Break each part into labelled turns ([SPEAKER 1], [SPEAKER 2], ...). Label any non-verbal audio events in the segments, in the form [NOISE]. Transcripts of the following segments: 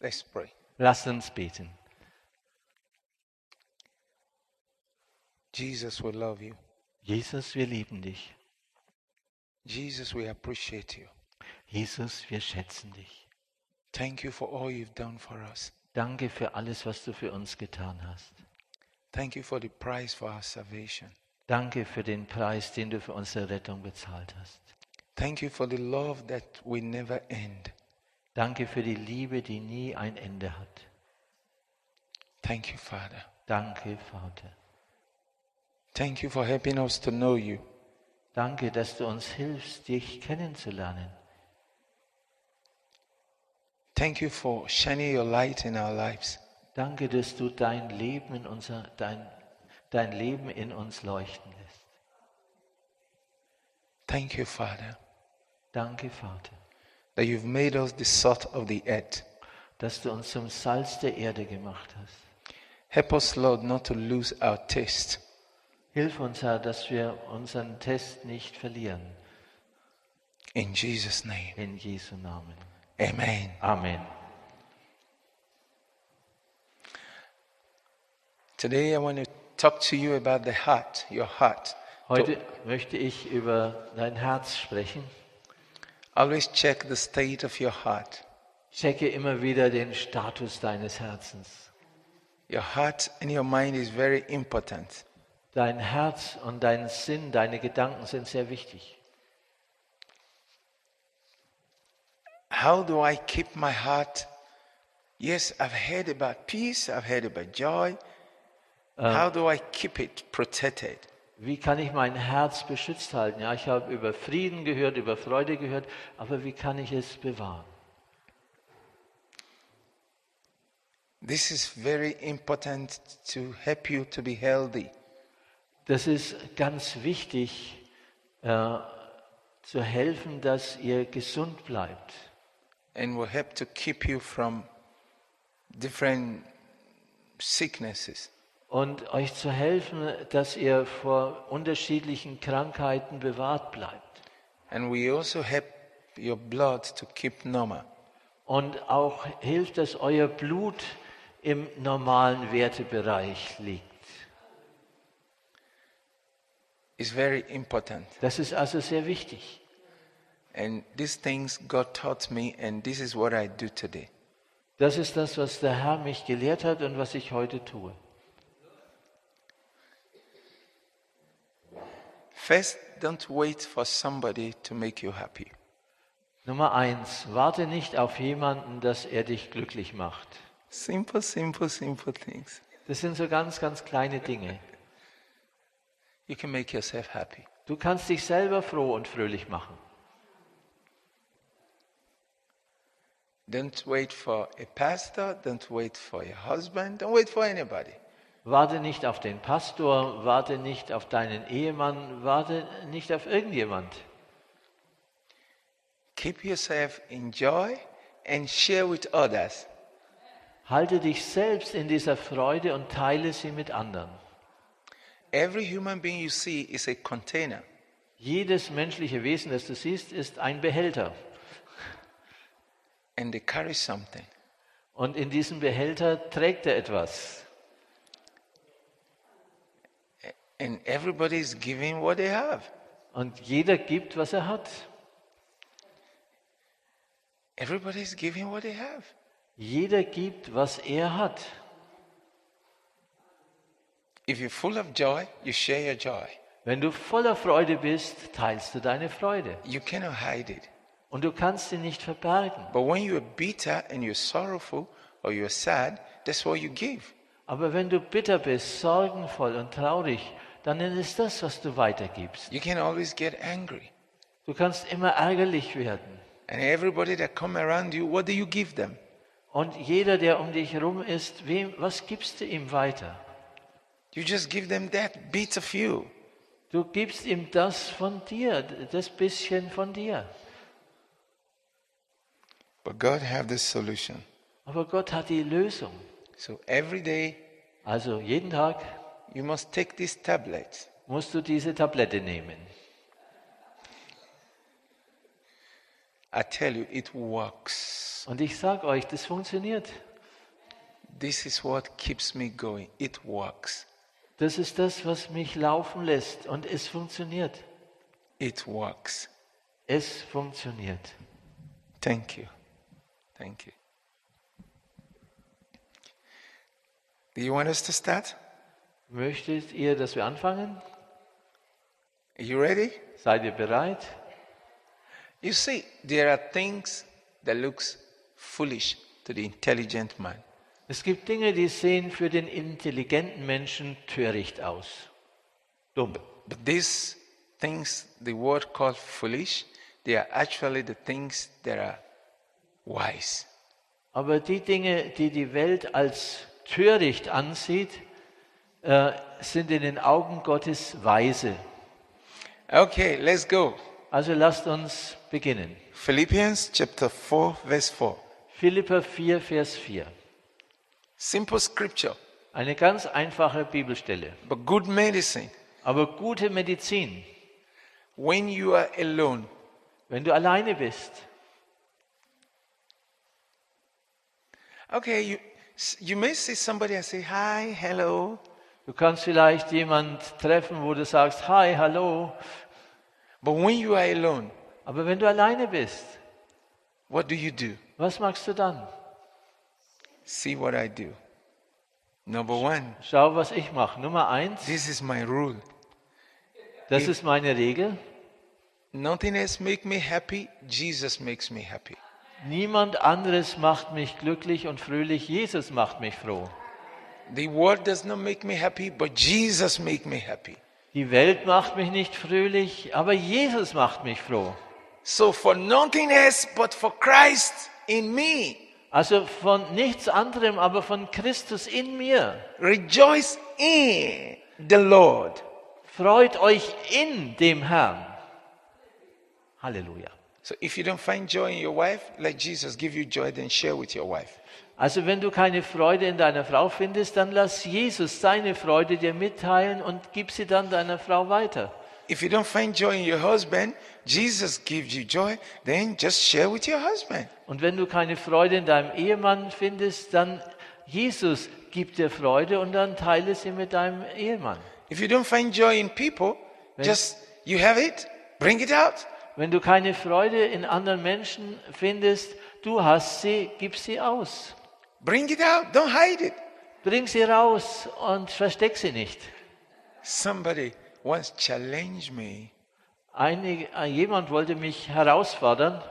[SPEAKER 1] Let's pray.
[SPEAKER 2] Lass uns beten.
[SPEAKER 1] Jesus, we love you.
[SPEAKER 2] Jesus, wir lieben dich.
[SPEAKER 1] Jesus, we appreciate you.
[SPEAKER 2] Jesus, wir schätzen dich.
[SPEAKER 1] Thank you for all you've done for us.
[SPEAKER 2] Danke für alles, was du für uns getan hast.
[SPEAKER 1] Thank you for the price for our salvation.
[SPEAKER 2] Danke für den Preis, den du für unsere Rettung bezahlt hast.
[SPEAKER 1] Thank you for the love that will never end.
[SPEAKER 2] Danke für die Liebe, die nie ein Ende hat.
[SPEAKER 1] Thank you, Father.
[SPEAKER 2] Danke, Vater.
[SPEAKER 1] Thank you for helping us to know you.
[SPEAKER 2] Danke, dass du uns hilfst, dich kennenzulernen.
[SPEAKER 1] Thank you for shining your light in our lives.
[SPEAKER 2] Danke, dass du dein Leben in, unser, dein, dein Leben in uns leuchten lässt.
[SPEAKER 1] Thank you, Father,
[SPEAKER 2] Danke, Vater,
[SPEAKER 1] that you've made us the salt of the earth.
[SPEAKER 2] dass du uns zum Salz der Erde gemacht hast.
[SPEAKER 1] Help us, Lord, not to lose our taste.
[SPEAKER 2] Hilf uns, Herr, dass wir unseren Test nicht verlieren.
[SPEAKER 1] In Jesus' name.
[SPEAKER 2] In Jesu Namen.
[SPEAKER 1] Amen.
[SPEAKER 2] Amen.
[SPEAKER 1] Today I want to talk to you about the heart, your heart.
[SPEAKER 2] Heute möchte ich über dein Herz sprechen.
[SPEAKER 1] Always check the state of your heart.
[SPEAKER 2] Checke immer wieder den Status deines Herzens.
[SPEAKER 1] Your heart and your mind is very important.
[SPEAKER 2] Dein Herz und dein Sinn, deine Gedanken sind sehr wichtig.
[SPEAKER 1] How do I keep my heart? Yes, I've heard about peace, I've heard about joy. How do I keep it protected?
[SPEAKER 2] Wie kann ich mein Herz beschützt halten? Ja, ich habe über Frieden gehört, über Freude gehört, aber wie kann ich es bewahren?
[SPEAKER 1] This is very important to help you to be healthy.
[SPEAKER 2] Das ist ganz wichtig, äh, zu helfen, dass ihr gesund bleibt.
[SPEAKER 1] and will help to keep you from different sicknesses.
[SPEAKER 2] und euch zu helfen, dass ihr vor unterschiedlichen Krankheiten bewahrt bleibt
[SPEAKER 1] And we also help your blood to keep normal.
[SPEAKER 2] und auch hilft, dass euer Blut im normalen Wertebereich liegt.
[SPEAKER 1] It's very important.
[SPEAKER 2] Das ist also sehr wichtig.
[SPEAKER 1] And these things God taught me, and this is what I do today.
[SPEAKER 2] Das ist das, was der Herr mich gelehrt hat und was ich heute tue.
[SPEAKER 1] First, don't wait for somebody to make you happy.
[SPEAKER 2] Nummer eins, warte nicht auf jemanden, dass er dich glücklich macht.
[SPEAKER 1] Simple, simple, simple things.
[SPEAKER 2] Das sind so ganz, ganz kleine Dinge.
[SPEAKER 1] You can make yourself happy.
[SPEAKER 2] Du kannst dich selber froh und fröhlich machen.
[SPEAKER 1] Don't wait for a pastor. Don't wait for your husband. Don't wait for anybody.
[SPEAKER 2] Warte nicht auf den Pastor, warte nicht auf deinen Ehemann, warte nicht auf irgendjemand.
[SPEAKER 1] Keep yourself in joy and share with others.
[SPEAKER 2] Halte dich selbst in dieser Freude und teile sie mit anderen.
[SPEAKER 1] Every human being you see is a container.
[SPEAKER 2] Jedes menschliche Wesen, das du siehst, ist ein Behälter.
[SPEAKER 1] and they carry something.
[SPEAKER 2] Und in diesem Behälter trägt er etwas.
[SPEAKER 1] And everybody is giving what they have.
[SPEAKER 2] Und jeder gibt, was er hat.
[SPEAKER 1] Everybody is giving what they have.
[SPEAKER 2] Jeder gibt, was er hat.
[SPEAKER 1] If you're full of joy, you share your joy.
[SPEAKER 2] Wenn du voller Freude bist, teilst du deine Freude.
[SPEAKER 1] You cannot hide it.
[SPEAKER 2] Und du kannst sie nicht verbergen.
[SPEAKER 1] But when you're bitter and you're sorrowful or you're sad, that's what you give.
[SPEAKER 2] Aber wenn du bitter bist, sorgenvoll und traurig, dann ist das, was du weitergibst.
[SPEAKER 1] You can always get angry.
[SPEAKER 2] Du kannst immer ärgerlich werden.
[SPEAKER 1] And everybody that come around you, what do you give them?
[SPEAKER 2] Und jeder, der um dich herum ist, wem, was gibst du ihm weiter?
[SPEAKER 1] You just give them that bit of you.
[SPEAKER 2] Du gibst ihm das von dir, das bisschen von dir.
[SPEAKER 1] But God have the solution.
[SPEAKER 2] Aber Gott hat die Lösung.
[SPEAKER 1] So every day
[SPEAKER 2] Also jeden Tag
[SPEAKER 1] you must take this tablet.
[SPEAKER 2] musst du diese Tablette nehmen.
[SPEAKER 1] I tell you, it works.
[SPEAKER 2] Und ich sage euch, das funktioniert.
[SPEAKER 1] This is what keeps me going. It works.
[SPEAKER 2] Das ist das, was mich laufen lässt. Und es funktioniert.
[SPEAKER 1] It works.
[SPEAKER 2] Es funktioniert.
[SPEAKER 1] Thank you. Thank you. Do you want us to start?
[SPEAKER 2] Möchtet ihr, dass wir anfangen?
[SPEAKER 1] Are you ready?
[SPEAKER 2] Seid ihr bereit?
[SPEAKER 1] You see, there are things that looks foolish to the intelligent man.
[SPEAKER 2] Es gibt Dinge, die sehen für den intelligenten Menschen töricht aus. Dumm.
[SPEAKER 1] But these things the world calls foolish, they are actually the things that are wise.
[SPEAKER 2] Aber die Dinge, die die Welt als töricht ansieht, äh, sind in den Augen Gottes weise.
[SPEAKER 1] Okay, let's go.
[SPEAKER 2] Also lasst uns beginnen.
[SPEAKER 1] Philippians chapter 4 verse 4.
[SPEAKER 2] Philippa 4, Vers 4.
[SPEAKER 1] Simple scripture,
[SPEAKER 2] Eine ganz einfache Bibelstelle,
[SPEAKER 1] but good medicine.
[SPEAKER 2] aber gute Medizin,
[SPEAKER 1] When you are alone,
[SPEAKER 2] wenn du alleine bist.
[SPEAKER 1] okay, you you may see somebody and say hi, hello,
[SPEAKER 2] Du kannst vielleicht jemand treffen, wo du sagst, hi, hallo,
[SPEAKER 1] but when you are alone,
[SPEAKER 2] aber wenn du alleine bist,
[SPEAKER 1] what do you do?
[SPEAKER 2] was machst du dann?
[SPEAKER 1] See what I do. Number one,
[SPEAKER 2] Schau, was ich mache. Nummer eins,
[SPEAKER 1] this is my rule.
[SPEAKER 2] das ist meine Regel.
[SPEAKER 1] Nothing else make me happy. Jesus makes me happy.
[SPEAKER 2] Niemand anderes macht mich glücklich und fröhlich. Jesus macht mich froh.
[SPEAKER 1] The world does not make me happy, but Jesus make me happy.
[SPEAKER 2] Die Welt macht mich nicht fröhlich, aber Jesus macht mich froh.
[SPEAKER 1] So for nothing else but for Christ in me,
[SPEAKER 2] Also von nichts anderem, aber von Christus in mir.
[SPEAKER 1] rejoice in the Lord.
[SPEAKER 2] Freut euch in dem Herrn. Halleluja.
[SPEAKER 1] So if you don't find joy in your wife, let Jesus give you joy, then share with your wife.
[SPEAKER 2] Also wenn du keine Freude in deiner Frau findest, dann lass Jesus seine Freude dir mitteilen und gib sie dann deiner Frau weiter.
[SPEAKER 1] If you don't find joy in your husband, Jesus gives you joy, then just share with your husband.
[SPEAKER 2] Und wenn du keine Freude in deinem Ehemann findest, dann Jesus gibt dir Freude und dann teile sie mit deinem Ehemann.
[SPEAKER 1] If you don't find joy in people, just you have it, bring it out.
[SPEAKER 2] Wenn du keine Freude in anderen Menschen findest, du hast sie, gib sie aus.
[SPEAKER 1] Bring it out. Don't hide it.
[SPEAKER 2] Bring sie raus und versteck sie nicht.
[SPEAKER 1] Somebody once challenged me.
[SPEAKER 2] Einig, äh, jemand wollte mich herausfordern,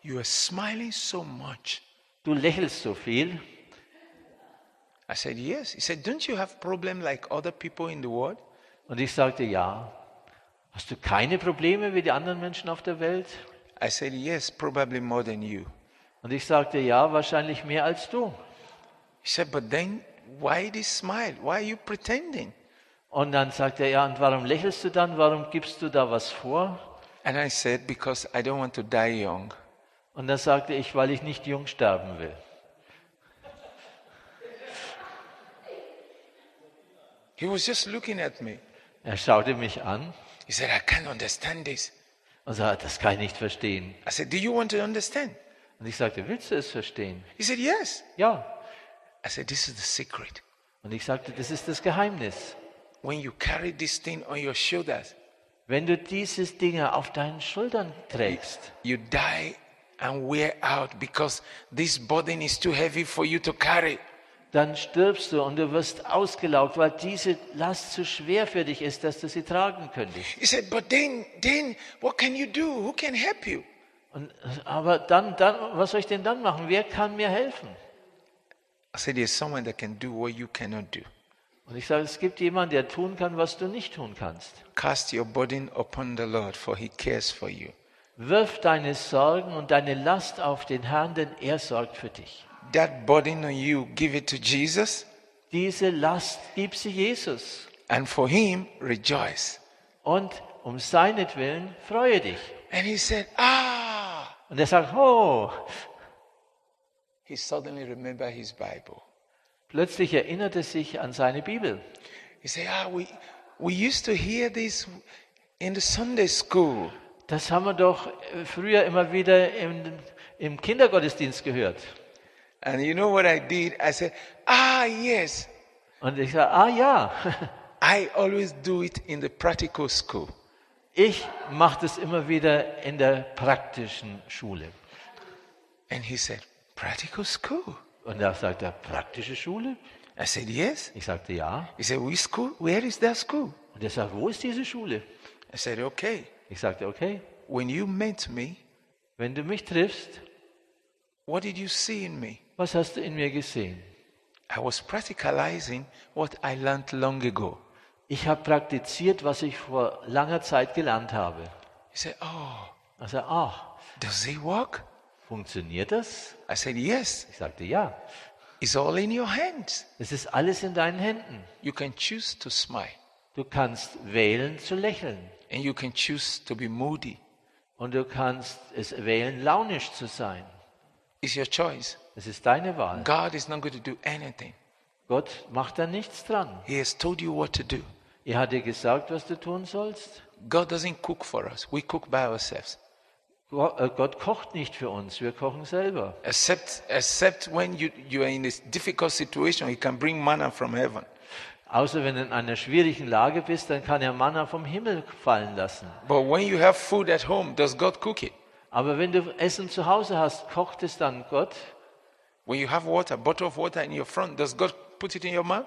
[SPEAKER 1] You are smiling so much.
[SPEAKER 2] du lächelst so viel.
[SPEAKER 1] I said, Yes. He said, Don't you have problem like other people in the world?
[SPEAKER 2] Und ich sagte, ja. Hast du keine Probleme wie die anderen Menschen auf der Welt?
[SPEAKER 1] I said, Yes, probably more than you.
[SPEAKER 2] Und ich sagte, ja, wahrscheinlich mehr als du.
[SPEAKER 1] He said, But then why this smile? Why are you pretending?
[SPEAKER 2] Und dann sagt er, ja, und warum lächelst du dann? Warum gibst du da was vor?
[SPEAKER 1] And I said, Because I don't want to die young.
[SPEAKER 2] Und dann sagte ich, weil ich nicht jung sterben will.
[SPEAKER 1] He was just looking at me.
[SPEAKER 2] Er schaute mich an
[SPEAKER 1] He said, I can't understand this.
[SPEAKER 2] und sagte, das kann ich nicht verstehen.
[SPEAKER 1] I said, Do you want to understand?
[SPEAKER 2] Und ich sagte, willst du es verstehen?
[SPEAKER 1] He said, Yes.
[SPEAKER 2] Ja.
[SPEAKER 1] I said, This is the secret.
[SPEAKER 2] Und ich sagte, das ist das Geheimnis.
[SPEAKER 1] When you carry this thing on your shoulders,
[SPEAKER 2] Wenn du dieses Ding auf deinen Schultern trägst,
[SPEAKER 1] you die and wear out because this burden is too heavy for you to carry.
[SPEAKER 2] dann stirbst du und du wirst ausgelaugt, weil diese Last zu schwer für dich ist, dass du sie tragen könntest.
[SPEAKER 1] He said, But then, then, what can you do? Who can help you?
[SPEAKER 2] Und, aber dann, dann, was soll ich denn dann machen? Wer kann mir helfen?
[SPEAKER 1] I said, There's someone that can do what you cannot do.
[SPEAKER 2] Und ich sage, es gibt jemanden, der tun kann, was du nicht tun kannst.
[SPEAKER 1] Cast your burden upon the Lord, for he cares for you.
[SPEAKER 2] Wirf deine Sorgen und deine Last auf den Herrn, denn er sorgt für dich.
[SPEAKER 1] That burden on you, give it to Jesus,
[SPEAKER 2] Diese Last gib sie Jesus.
[SPEAKER 1] and for him, rejoice.
[SPEAKER 2] Und um seinetwillen freue dich.
[SPEAKER 1] And he said, Ah!
[SPEAKER 2] Und er sagt, oh,
[SPEAKER 1] He suddenly remembered his Bible.
[SPEAKER 2] plötzlich erinnert er sich an seine Bibel.
[SPEAKER 1] He said, Ah, we, we used to hear this in the Sunday school.
[SPEAKER 2] Das haben wir doch äh, früher immer wieder im, im Kindergottesdienst gehört.
[SPEAKER 1] And you know what I did? I said, Ah, yes,
[SPEAKER 2] Und ich sage, ah ja, [LAUGHS]
[SPEAKER 1] I always do it in the practical school.
[SPEAKER 2] ich mache das immer wieder in der praktischen Schule.
[SPEAKER 1] And he said, Practical school?
[SPEAKER 2] Und da sagt er, praktische Schule?
[SPEAKER 1] I said, Yes.
[SPEAKER 2] Ich sagte, ja.
[SPEAKER 1] He said, Which school? Where is that school?
[SPEAKER 2] Und er sagt, wo ist diese Schule?
[SPEAKER 1] I said, Okay.
[SPEAKER 2] Ich sagte, okay,
[SPEAKER 1] When you met me,
[SPEAKER 2] wenn du mich triffst,
[SPEAKER 1] what did you see in me?
[SPEAKER 2] was hast du in mir gesehen?
[SPEAKER 1] I was practicalizing what I learned long ago.
[SPEAKER 2] Ich habe praktiziert, was ich vor langer Zeit gelernt habe.
[SPEAKER 1] He said, Oh,
[SPEAKER 2] Also, ah,
[SPEAKER 1] does it work?
[SPEAKER 2] funktioniert das?
[SPEAKER 1] I said, Yes.
[SPEAKER 2] Ich sagte, ja.
[SPEAKER 1] It's all in your hands.
[SPEAKER 2] Es ist alles in deinen Händen.
[SPEAKER 1] You can choose to smile,
[SPEAKER 2] Du kannst wählen zu lächeln
[SPEAKER 1] and you can choose to be moody.
[SPEAKER 2] und du kannst es wählen, launisch zu sein.
[SPEAKER 1] It's your choice.
[SPEAKER 2] Es ist deine Wahl.
[SPEAKER 1] God is not going to do anything.
[SPEAKER 2] Gott macht da nichts dran.
[SPEAKER 1] He has told you what to do.
[SPEAKER 2] Er hat dir gesagt, was du tun sollst.
[SPEAKER 1] God doesn't cook for us, we cook by ourselves.
[SPEAKER 2] Go- äh, Gott kocht nicht für uns, wir kochen selber.
[SPEAKER 1] Except, except when you, you are in a difficult situation, He can bring manna from heaven.
[SPEAKER 2] Außer wenn du in einer schwierigen Lage bist, dann kann er Manna vom Himmel fallen lassen.
[SPEAKER 1] But when you have food at home, does God cook it?
[SPEAKER 2] Aber wenn du Essen zu Hause hast, kocht es dann Gott.
[SPEAKER 1] When you have water, bottle of water in your front, does God put it in your mouth?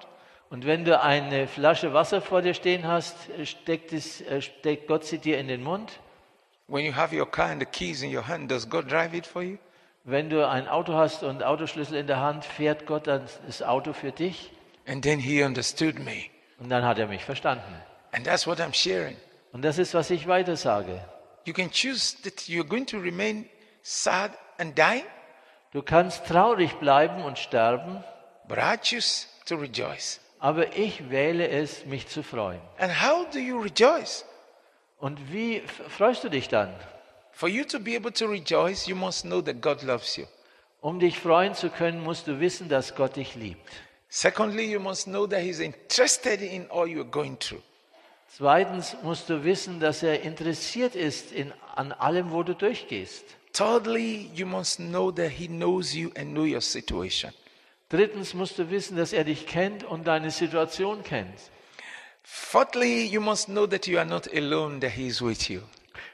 [SPEAKER 2] Und wenn du eine Flasche Wasser vor dir stehen hast, äh, steckt, es, äh, steckt Gott sie dir in den Mund.
[SPEAKER 1] When you have your car and the keys in your hand, does God drive it for you?
[SPEAKER 2] Wenn du ein Auto hast und Autoschlüssel in der Hand, fährt Gott dann das Auto für dich.
[SPEAKER 1] And then He understood me.
[SPEAKER 2] Und dann hat er mich verstanden.
[SPEAKER 1] And that's what I'm sharing.
[SPEAKER 2] Und das ist, was ich weiter sage.
[SPEAKER 1] You can choose that you're going to remain sad and die,
[SPEAKER 2] Du kannst traurig bleiben und sterben,
[SPEAKER 1] but I choose to rejoice.
[SPEAKER 2] aber ich wähle es, mich zu freuen.
[SPEAKER 1] And how do you rejoice?
[SPEAKER 2] Und wie f- freust du dich dann?
[SPEAKER 1] For you to be able to rejoice, you must know that God loves you.
[SPEAKER 2] Um dich freuen zu können, musst du wissen, dass Gott dich liebt.
[SPEAKER 1] Secondly, you must know that He's interested in all you're going through.
[SPEAKER 2] Zweitens musst du wissen, dass er interessiert ist in, an allem, wo du durchgehst.
[SPEAKER 1] Thirdly, you must know that He knows you and know your situation.
[SPEAKER 2] Drittens musst du wissen, dass er dich kennt und deine Situation kennt.
[SPEAKER 1] Fourthly, you must know that you are not alone, that He is with you.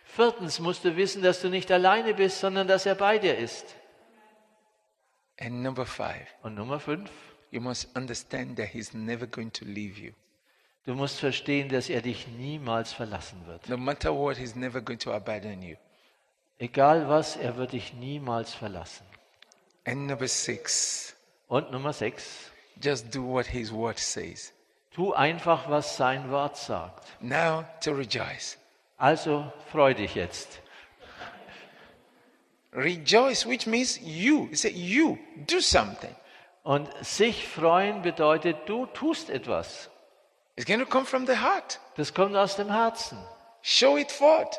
[SPEAKER 2] Viertens musst du wissen, dass du nicht alleine bist, sondern dass er bei dir ist.
[SPEAKER 1] And number five,
[SPEAKER 2] Und Nummer fünf,
[SPEAKER 1] you must understand that He's never going to leave you.
[SPEAKER 2] du musst verstehen, dass er dich niemals verlassen wird.
[SPEAKER 1] No matter what, He's never going to abandon you.
[SPEAKER 2] Egal was, er wird dich niemals verlassen.
[SPEAKER 1] And number six,
[SPEAKER 2] Und Nummer sechs,
[SPEAKER 1] just do what His word says.
[SPEAKER 2] tu einfach, was sein Wort sagt.
[SPEAKER 1] Now to rejoice.
[SPEAKER 2] Also freu dich jetzt.
[SPEAKER 1] Rejoice, which means you. He said, You do something.
[SPEAKER 2] Und sich freuen bedeutet, du tust etwas.
[SPEAKER 1] It's going to come from the heart.
[SPEAKER 2] Das kommt aus dem Herzen.
[SPEAKER 1] Show it forth.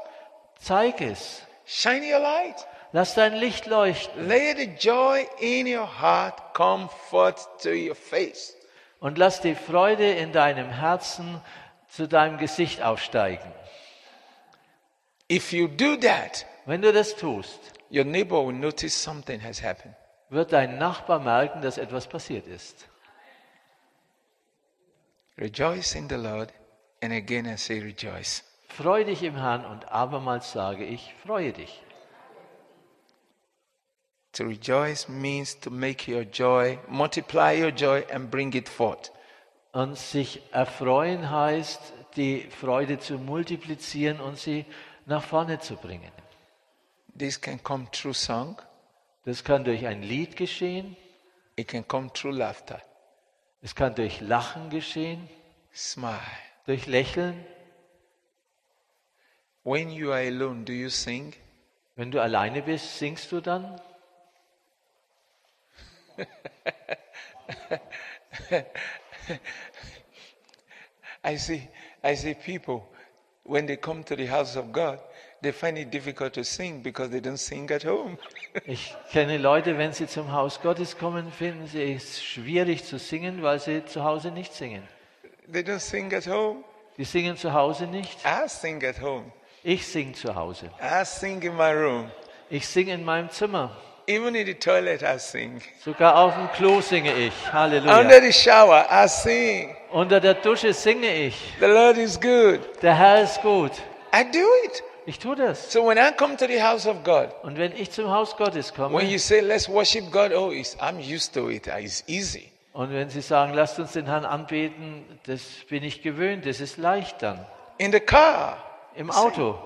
[SPEAKER 2] Zeig es.
[SPEAKER 1] Shine your light.
[SPEAKER 2] Lass dein Licht leuchten
[SPEAKER 1] Let the joy in your heart come forth to your face.
[SPEAKER 2] und lass die Freude in deinem Herzen zu deinem Gesicht aufsteigen.
[SPEAKER 1] If you do that,
[SPEAKER 2] Wenn du das tust,
[SPEAKER 1] your neighbor will notice something has happened.
[SPEAKER 2] wird dein Nachbar merken, dass etwas passiert ist.
[SPEAKER 1] Rejoice in the Lord. And again, I say rejoice.
[SPEAKER 2] Freu dich im Herrn und abermals sage ich, freue dich.
[SPEAKER 1] To rejoice means to make your joy, multiply your joy, and bring it forth.
[SPEAKER 2] Und sich erfreuen heißt, die Freude zu multiplizieren und sie nach vorne zu bringen.
[SPEAKER 1] This can come through song,
[SPEAKER 2] Das kann durch ein Lied geschehen,
[SPEAKER 1] it can come through laughter,
[SPEAKER 2] es kann durch Lachen geschehen,
[SPEAKER 1] smile.
[SPEAKER 2] durch Lächeln.
[SPEAKER 1] When you are alone, do you sing?
[SPEAKER 2] Wenn du alleine bist, singst du dann?
[SPEAKER 1] I see, I see people when they come to the house of God, they find it difficult to sing because they don't sing at home. [LAUGHS]
[SPEAKER 2] Ich kenne Leute, wenn sie zum Haus Gottes kommen, finden sie es schwierig zu singen, weil sie zu Hause nicht singen.
[SPEAKER 1] they don't sing at home.
[SPEAKER 2] Die singen zu Hause nicht.
[SPEAKER 1] I sing at home.
[SPEAKER 2] Ich singe zu Hause.
[SPEAKER 1] I sing in my room.
[SPEAKER 2] Ich singe in meinem Zimmer.
[SPEAKER 1] Even in the toilet, I sing.
[SPEAKER 2] Sogar auf dem Klo singe ich.
[SPEAKER 1] Under
[SPEAKER 2] Halleluja.
[SPEAKER 1] the shower, I sing.
[SPEAKER 2] Unter der Dusche singe ich.
[SPEAKER 1] The Lord is good.
[SPEAKER 2] Der Herr ist gut.
[SPEAKER 1] I do it.
[SPEAKER 2] Ich tue das.
[SPEAKER 1] So when I come to the house of God,
[SPEAKER 2] Und wenn ich zum Haus Gottes komme
[SPEAKER 1] when you say, let's worship God, oh, it's, I'm used to it. It's easy.
[SPEAKER 2] und wenn Sie sagen, lasst uns den Herrn anbeten, das bin ich gewöhnt. Das ist leicht dann.
[SPEAKER 1] In the car,
[SPEAKER 2] Im Auto.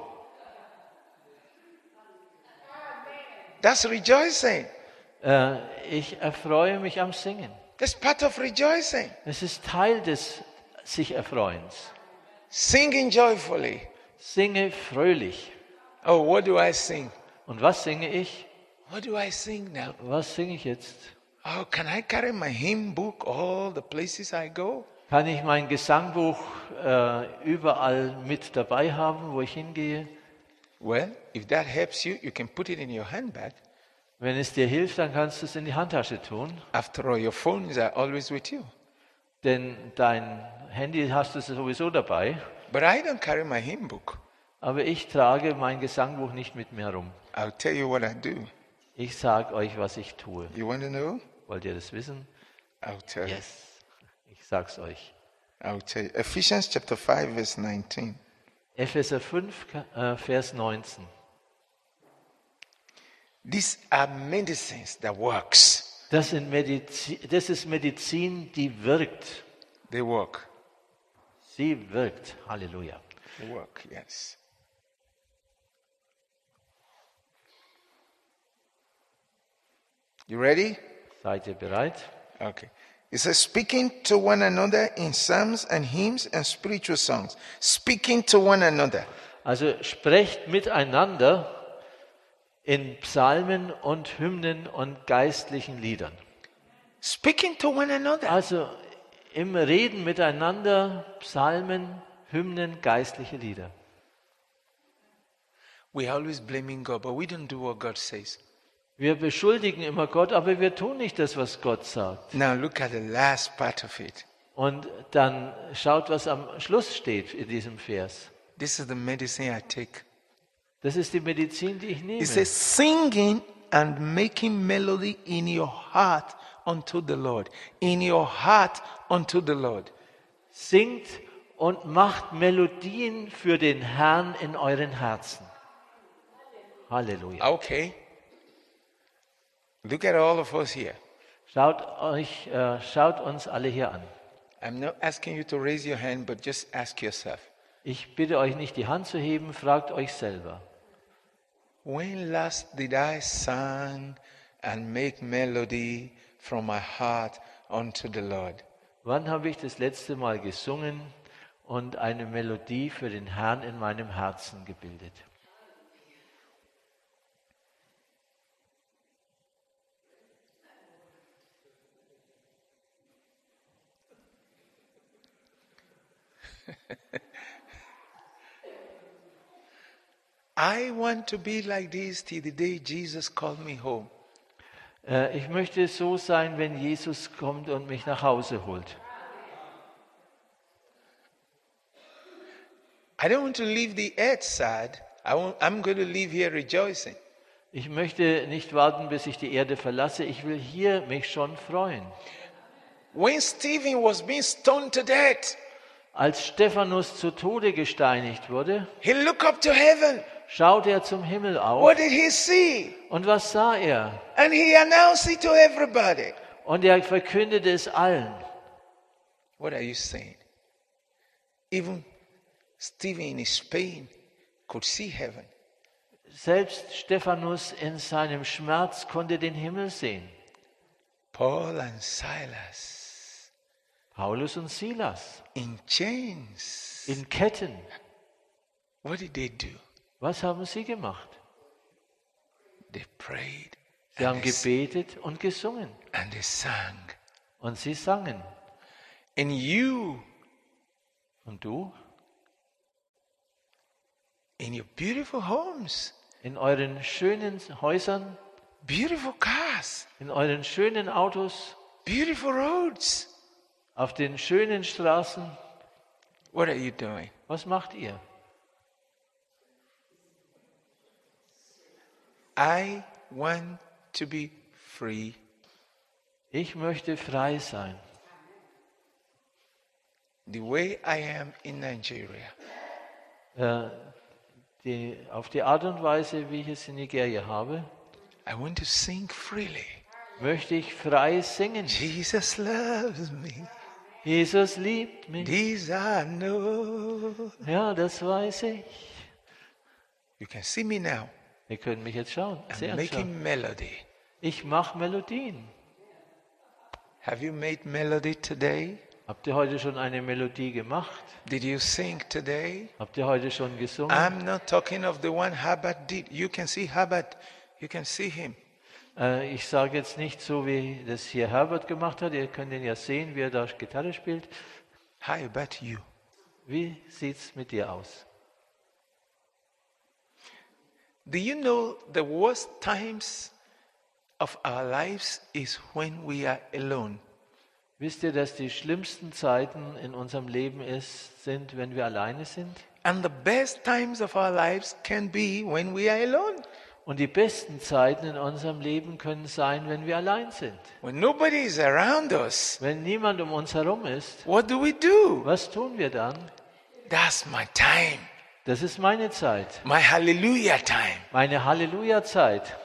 [SPEAKER 1] that's rejoicing.
[SPEAKER 2] Äh, ich erfreue mich am Singen.
[SPEAKER 1] That's part of rejoicing.
[SPEAKER 2] Es ist Teil des sich Erfreuens.
[SPEAKER 1] Singing joyfully.
[SPEAKER 2] Singe fröhlich.
[SPEAKER 1] Oh, what do I sing?
[SPEAKER 2] Und was singe ich?
[SPEAKER 1] What do I sing now?
[SPEAKER 2] Was singe ich jetzt?
[SPEAKER 1] Oh, can I carry my hymn book all the places I go?
[SPEAKER 2] Kann ich mein Gesangbuch äh, überall mit dabei haben, wo ich hingehe?
[SPEAKER 1] Well, if that helps you, you can put it in your handbag.
[SPEAKER 2] Wenn es dir hilft, dann kannst du es in die Handtasche tun,
[SPEAKER 1] After all, your phones are always with you.
[SPEAKER 2] denn dein Handy hast du sowieso dabei.
[SPEAKER 1] But I don't carry my hymn book.
[SPEAKER 2] Aber ich trage mein Gesangbuch nicht mit mir rum.
[SPEAKER 1] I'll tell you what I do.
[SPEAKER 2] Ich sage euch, was ich tue.
[SPEAKER 1] You want to know?
[SPEAKER 2] Wollt ihr das wissen?
[SPEAKER 1] I'll tell you.
[SPEAKER 2] Yes. Ich sag's euch.
[SPEAKER 1] I'll tell you. Ephesians chapter 5, verse 19.
[SPEAKER 2] Epheser 5, äh, Vers 19.
[SPEAKER 1] These are medicines that works.
[SPEAKER 2] Das, sind Medizi das ist Medizin, die wirkt.
[SPEAKER 1] They work.
[SPEAKER 2] Sie wirkt. Halleluja.
[SPEAKER 1] They work, yes. You ready?
[SPEAKER 2] Seid ihr bereit?
[SPEAKER 1] Okay. It says, speaking to one another in psalms and hymns and spiritual songs. Speaking to one another.
[SPEAKER 2] Also sprecht miteinander in Psalmen und Hymnen und geistlichen Liedern.
[SPEAKER 1] Speaking to one another.
[SPEAKER 2] Also im Reden miteinander Psalmen, Hymnen, geistliche Lieder.
[SPEAKER 1] We're always blaming God, but we don't do what God says.
[SPEAKER 2] Wir beschuldigen immer Gott, aber wir tun nicht das, was Gott sagt.
[SPEAKER 1] Now look at the last part of it.
[SPEAKER 2] Und dann schaut, was am Schluss steht in diesem Vers.
[SPEAKER 1] This is the medicine I take.
[SPEAKER 2] Das ist die Medizin, die ich nehme.
[SPEAKER 1] It says, singing and making melody in your heart unto the Lord. In your heart unto the Lord.
[SPEAKER 2] Singt und macht Melodien für den Herrn in euren Herzen. Halleluja.
[SPEAKER 1] Okay. Look at all of us here.
[SPEAKER 2] Schaut, euch, äh, schaut uns alle hier an.
[SPEAKER 1] I'm not asking you to raise your hand, but just ask yourself
[SPEAKER 2] Ich bitte euch nicht, die Hand zu heben, fragt euch selber.
[SPEAKER 1] When last did I sing and make melody from my heart unto the Lord?
[SPEAKER 2] Wann habe ich das letzte Mal gesungen und eine Melodie für den Herrn in meinem Herzen gebildet?
[SPEAKER 1] I want to be like this till the day Jesus called me home.
[SPEAKER 2] Äh, Ich möchte so sein, wenn Jesus kommt und mich nach Hause holt.
[SPEAKER 1] I don't want to leave the earth sad. I want, I'm going to live here rejoicing.
[SPEAKER 2] Ich möchte nicht warten, bis ich die Erde verlasse. Ich will hier mich schon freuen.
[SPEAKER 1] When Stephen was being stoned to death,
[SPEAKER 2] Als Stephanus zu Tode gesteinigt wurde,
[SPEAKER 1] he looked up to heaven.
[SPEAKER 2] schaute er zum Himmel auf
[SPEAKER 1] What did he see?
[SPEAKER 2] und was sah er?
[SPEAKER 1] And he announced it to everybody.
[SPEAKER 2] Und er verkündete es allen.
[SPEAKER 1] What are you saying? Even Stephen in his pain could see heaven.
[SPEAKER 2] Selbst Stephanus in seinem Schmerz konnte den Himmel sehen.
[SPEAKER 1] Paul and Silas
[SPEAKER 2] Paulus und Silas
[SPEAKER 1] in chains.
[SPEAKER 2] in Ketten.
[SPEAKER 1] What did they do?
[SPEAKER 2] Was haben sie gemacht?
[SPEAKER 1] They prayed
[SPEAKER 2] Sie haben
[SPEAKER 1] and they,
[SPEAKER 2] gebetet und gesungen.
[SPEAKER 1] and they sang.
[SPEAKER 2] Und sie sangen.
[SPEAKER 1] And you,
[SPEAKER 2] Und du?
[SPEAKER 1] in your beautiful homes,
[SPEAKER 2] In euren schönen Häusern,
[SPEAKER 1] beautiful cars,
[SPEAKER 2] in euren schönen Autos,
[SPEAKER 1] beautiful roads.
[SPEAKER 2] auf den schönen Straßen.
[SPEAKER 1] What are you doing?
[SPEAKER 2] Was macht ihr?
[SPEAKER 1] I want to be free.
[SPEAKER 2] Ich möchte frei sein.
[SPEAKER 1] The way I am in Nigeria,
[SPEAKER 2] Äh, die, auf die Art und Weise, wie ich es in Nigeria habe,
[SPEAKER 1] I want to sing freely.
[SPEAKER 2] möchte ich frei singen.
[SPEAKER 1] Jesus loves me.
[SPEAKER 2] Jesus liebt mich.
[SPEAKER 1] These I know.
[SPEAKER 2] Ja, das weiß ich.
[SPEAKER 1] You can see me now.
[SPEAKER 2] Ihr könnt mich jetzt schauen.
[SPEAKER 1] I'm
[SPEAKER 2] Sehr
[SPEAKER 1] making
[SPEAKER 2] anschauen.
[SPEAKER 1] melody.
[SPEAKER 2] Ich mache Melodien.
[SPEAKER 1] Have you made melody today?
[SPEAKER 2] Habt ihr heute schon eine Melodie gemacht?
[SPEAKER 1] Did you sing today?
[SPEAKER 2] Habt ihr heute schon gesungen?
[SPEAKER 1] I'm not talking of the one Habbat did. You can see Habbat. You can see him.
[SPEAKER 2] Äh, ich sage jetzt nicht so, wie das hier Herbert gemacht hat. Ihr könnt ihn ja sehen, wie er da Gitarre spielt.
[SPEAKER 1] How about you?
[SPEAKER 2] Wie sieht's mit dir aus?
[SPEAKER 1] Do you know the worst times of our lives is when we are alone?
[SPEAKER 2] Wisst ihr, dass die schlimmsten Zeiten in unserem Leben ist, sind, wenn wir alleine sind?
[SPEAKER 1] And the best times of our lives can be when we are alone,
[SPEAKER 2] Und die besten Zeiten in unserem Leben können sein, wenn wir allein sind.
[SPEAKER 1] when nobody is around us.
[SPEAKER 2] Wenn niemand um uns herum ist,
[SPEAKER 1] What do we do?
[SPEAKER 2] was tun wir dann?
[SPEAKER 1] That's my time,
[SPEAKER 2] Das ist meine Zeit,
[SPEAKER 1] my hallelujah time.
[SPEAKER 2] meine Halleluja-Zeit.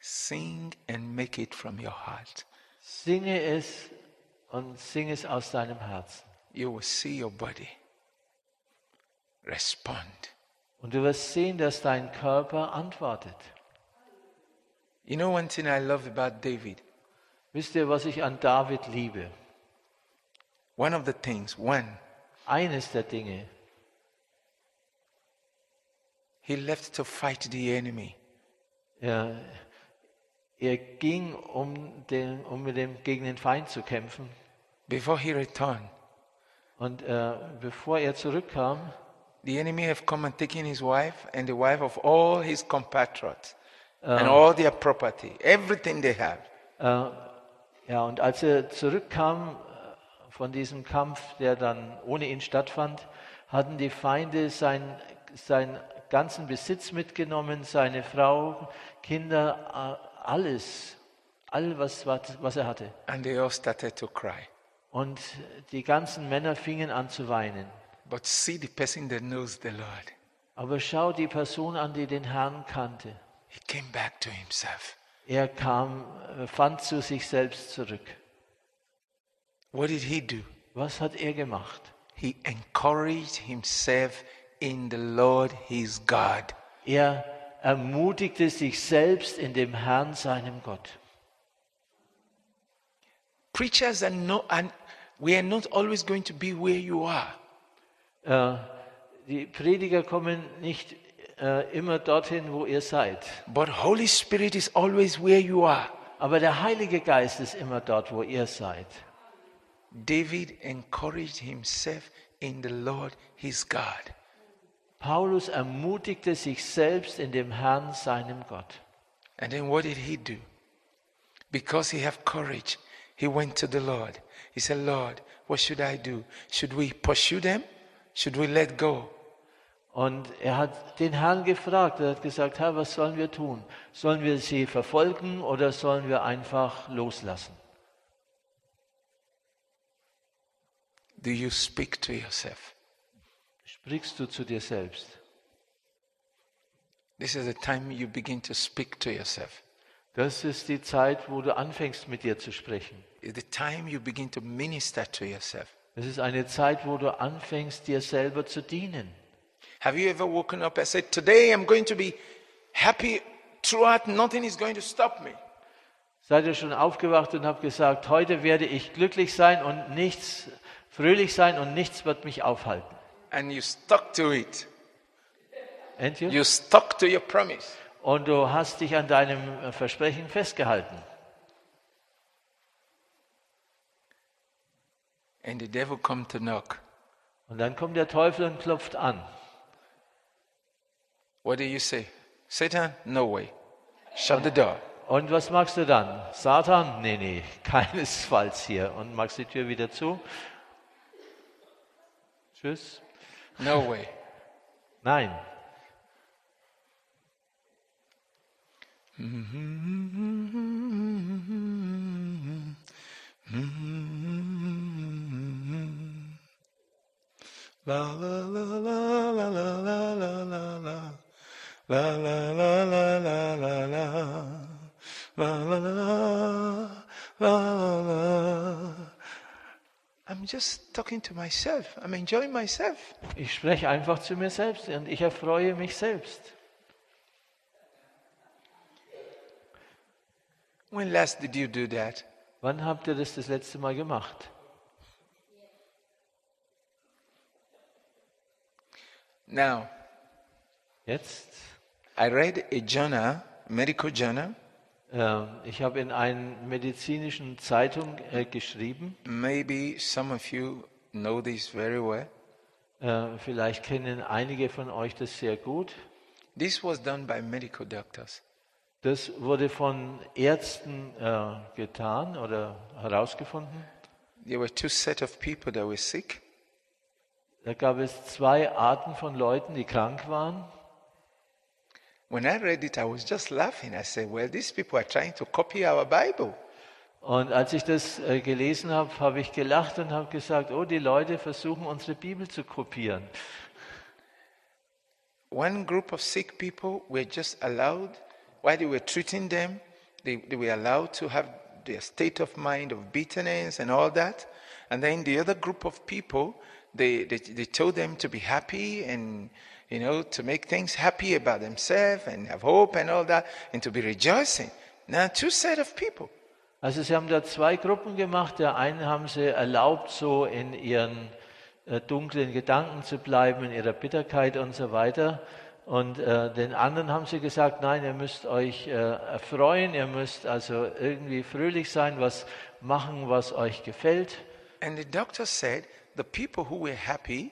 [SPEAKER 1] Sing and make it from your heart.
[SPEAKER 2] Singe es und singe es aus deinem Herzen.
[SPEAKER 1] You will see your body respond.
[SPEAKER 2] Und du wirst sehen, dass dein Körper antwortet.
[SPEAKER 1] You know one thing I love about David?
[SPEAKER 2] Wisst ihr, was ich an David liebe?
[SPEAKER 1] One of the things, one,
[SPEAKER 2] Eines der Dinge.
[SPEAKER 1] he left to fight the enemy.
[SPEAKER 2] Er, er ging, um, den, um mit dem, gegen den Feind zu kämpfen.
[SPEAKER 1] Before he returned,
[SPEAKER 2] Und äh, bevor er zurückkam,
[SPEAKER 1] the enemy have come and taken his wife and the wife of all his compatriots and all their property, everything they have.
[SPEAKER 2] Äh, ja, und als er zurückkam äh, von diesem Kampf, der dann ohne ihn stattfand, hatten die Feinde sein, seinen ganzen Besitz mitgenommen, seine Frau, Kinder, a- alles, all was, wat- was er hatte.
[SPEAKER 1] And they all started to cry.
[SPEAKER 2] Und die ganzen Männer fingen an zu weinen.
[SPEAKER 1] But see the person that knows the Lord.
[SPEAKER 2] Aber schau die Person an, die den Herrn kannte.
[SPEAKER 1] He came back to himself.
[SPEAKER 2] Er kam, äh, fand zu sich selbst zurück.
[SPEAKER 1] What did he do?
[SPEAKER 2] Was hat er gemacht?
[SPEAKER 1] He encouraged himself in the Lord his God.
[SPEAKER 2] Er ermutigte sich selbst in dem Herrn, seinem Gott.
[SPEAKER 1] Preachers are no, and we are not always going to be where you are.
[SPEAKER 2] Äh, die Prediger kommen nicht äh, immer dorthin, wo ihr seid.
[SPEAKER 1] But Holy Spirit is always where you are.
[SPEAKER 2] Aber der Heilige Geist ist immer dort, wo ihr seid.
[SPEAKER 1] David encouraged himself in the Lord his God.
[SPEAKER 2] Paulus ermutigte sich selbst in dem Herrn, seinem Gott.
[SPEAKER 1] And then what did he do? Because he have courage, he went to the Lord. He said, Lord, what should I do? Should we pursue them? Should we let go?
[SPEAKER 2] Und er hat den Herrn gefragt, er hat gesagt, Herr, was sollen wir tun? Sollen wir sie verfolgen oder sollen wir einfach loslassen?
[SPEAKER 1] Do you speak to yourself?
[SPEAKER 2] Sprichst du zu dir selbst?
[SPEAKER 1] This is the time you begin to speak to yourself.
[SPEAKER 2] Das ist die Zeit, wo du anfängst, mit dir zu sprechen.
[SPEAKER 1] It's the time you begin to minister to yourself.
[SPEAKER 2] Es ist eine Zeit, wo du anfängst, dir selber zu dienen.
[SPEAKER 1] Have you ever woken up and said, Today I'm going to be happy throughout, nothing is going to stop me?
[SPEAKER 2] Seid ihr schon aufgewacht und habt gesagt, heute werde ich glücklich sein und nichts, fröhlich sein und nichts wird mich aufhalten.
[SPEAKER 1] And you stuck to it.
[SPEAKER 2] Ain't you?
[SPEAKER 1] You stuck to your promise.
[SPEAKER 2] Und du hast dich an deinem Versprechen festgehalten.
[SPEAKER 1] And the devil come to knock.
[SPEAKER 2] Und dann kommt der Teufel und klopft an.
[SPEAKER 1] What do you say? Satan, no way. Shut the door.
[SPEAKER 2] Und was machst du dann? Satan? Nee, [LAUGHS] nee, keinesfalls hier. Und machst die Tür wieder zu. Tschüss.
[SPEAKER 3] No way.
[SPEAKER 2] Nein.
[SPEAKER 1] La la la la la la la la la la. La la la la la la la. La la la la la la. I'm just talking to myself. I'm enjoying myself.
[SPEAKER 2] Ich spreche einfach zu mir selbst und ich erfreue mich selbst.
[SPEAKER 1] When last did you do that?
[SPEAKER 2] Wann habt ihr das das letzte Mal gemacht?
[SPEAKER 1] Now,
[SPEAKER 2] Jetzt?
[SPEAKER 1] I read a journal, medical journal,
[SPEAKER 2] Ähm, ich habe in einer medizinischen Zeitung äh, geschrieben.
[SPEAKER 1] Maybe some of you know this very well.
[SPEAKER 2] Äh, vielleicht kennen einige von euch das sehr gut.
[SPEAKER 1] This was done by medical doctors.
[SPEAKER 2] Das wurde von Ärzten äh, getan oder herausgefunden.
[SPEAKER 1] There were two set of people that were sick.
[SPEAKER 2] Da gab es zwei Arten von Leuten, die krank waren.
[SPEAKER 1] When I read it, I was just laughing. I said, "Well, these people are trying to copy our Bible."
[SPEAKER 2] Und als ich das äh, gelesen habe, habe ich gelacht und habe gesagt, oh, die Leute versuchen unsere Bibel zu kopieren.
[SPEAKER 1] One group of sick people were just allowed, while they were treating them, they, they were allowed to have their state of mind of bitterness and all that. And then the other group of people, they, they, they told them to be happy and, you know, to make things happy about themselves and have hope and all that and to be rejoicing. Now, two set of people.
[SPEAKER 2] Also sie haben da zwei Gruppen gemacht. Der einen haben sie erlaubt, so in ihren äh, dunklen Gedanken zu bleiben, in ihrer Bitterkeit und so weiter. Und äh, den anderen haben sie gesagt, nein, ihr müsst euch äh, erfreuen, ihr müsst also irgendwie fröhlich sein, was machen, was euch gefällt.
[SPEAKER 1] And the doctor said the people who were happy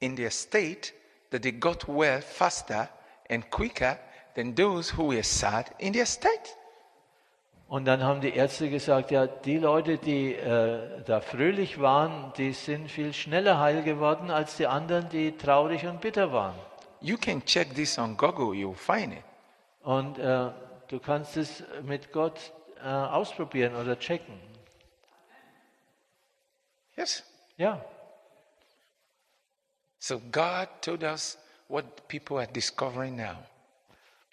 [SPEAKER 1] in their state, that they got well faster and quicker than those who were sad in their state.
[SPEAKER 2] Und dann haben die Ärzte gesagt, ja, die Leute, die äh, da fröhlich waren, die sind viel schneller heil geworden als die anderen, die traurig und bitter waren.
[SPEAKER 1] You can check this on Google, you'll find it.
[SPEAKER 2] Und äh, du kannst es mit Gott äh, ausprobieren oder checken.
[SPEAKER 1] Yes.
[SPEAKER 2] Ja,
[SPEAKER 1] So God told us what people are discovering now.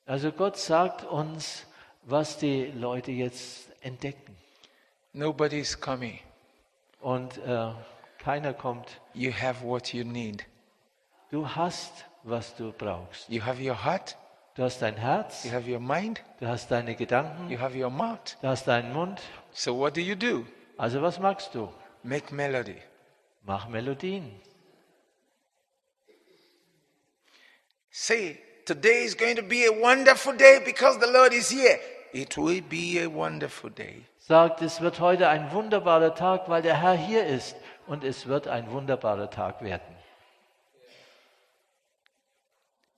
[SPEAKER 2] also Gott sagt uns, was die Leute jetzt entdecken.
[SPEAKER 1] Nobody is coming.
[SPEAKER 2] Und äh, keiner kommt.
[SPEAKER 1] You have what you need.
[SPEAKER 2] Du hast, was du brauchst.
[SPEAKER 1] You have your heart,
[SPEAKER 2] Du hast dein Herz,
[SPEAKER 1] you have your mind,
[SPEAKER 2] du hast deine Gedanken,
[SPEAKER 1] you have your mouth.
[SPEAKER 2] du hast deinen Mund.
[SPEAKER 1] So what do you do?
[SPEAKER 2] Also was magst du?
[SPEAKER 1] Make melody.
[SPEAKER 2] Mach Melodien.
[SPEAKER 1] Say, today is going to be a wonderful day because the Lord is here. It will be a wonderful day.
[SPEAKER 2] Sagt, es wird heute ein wunderbarer Tag, weil der Herr hier ist. Und es wird ein wunderbarer Tag werden.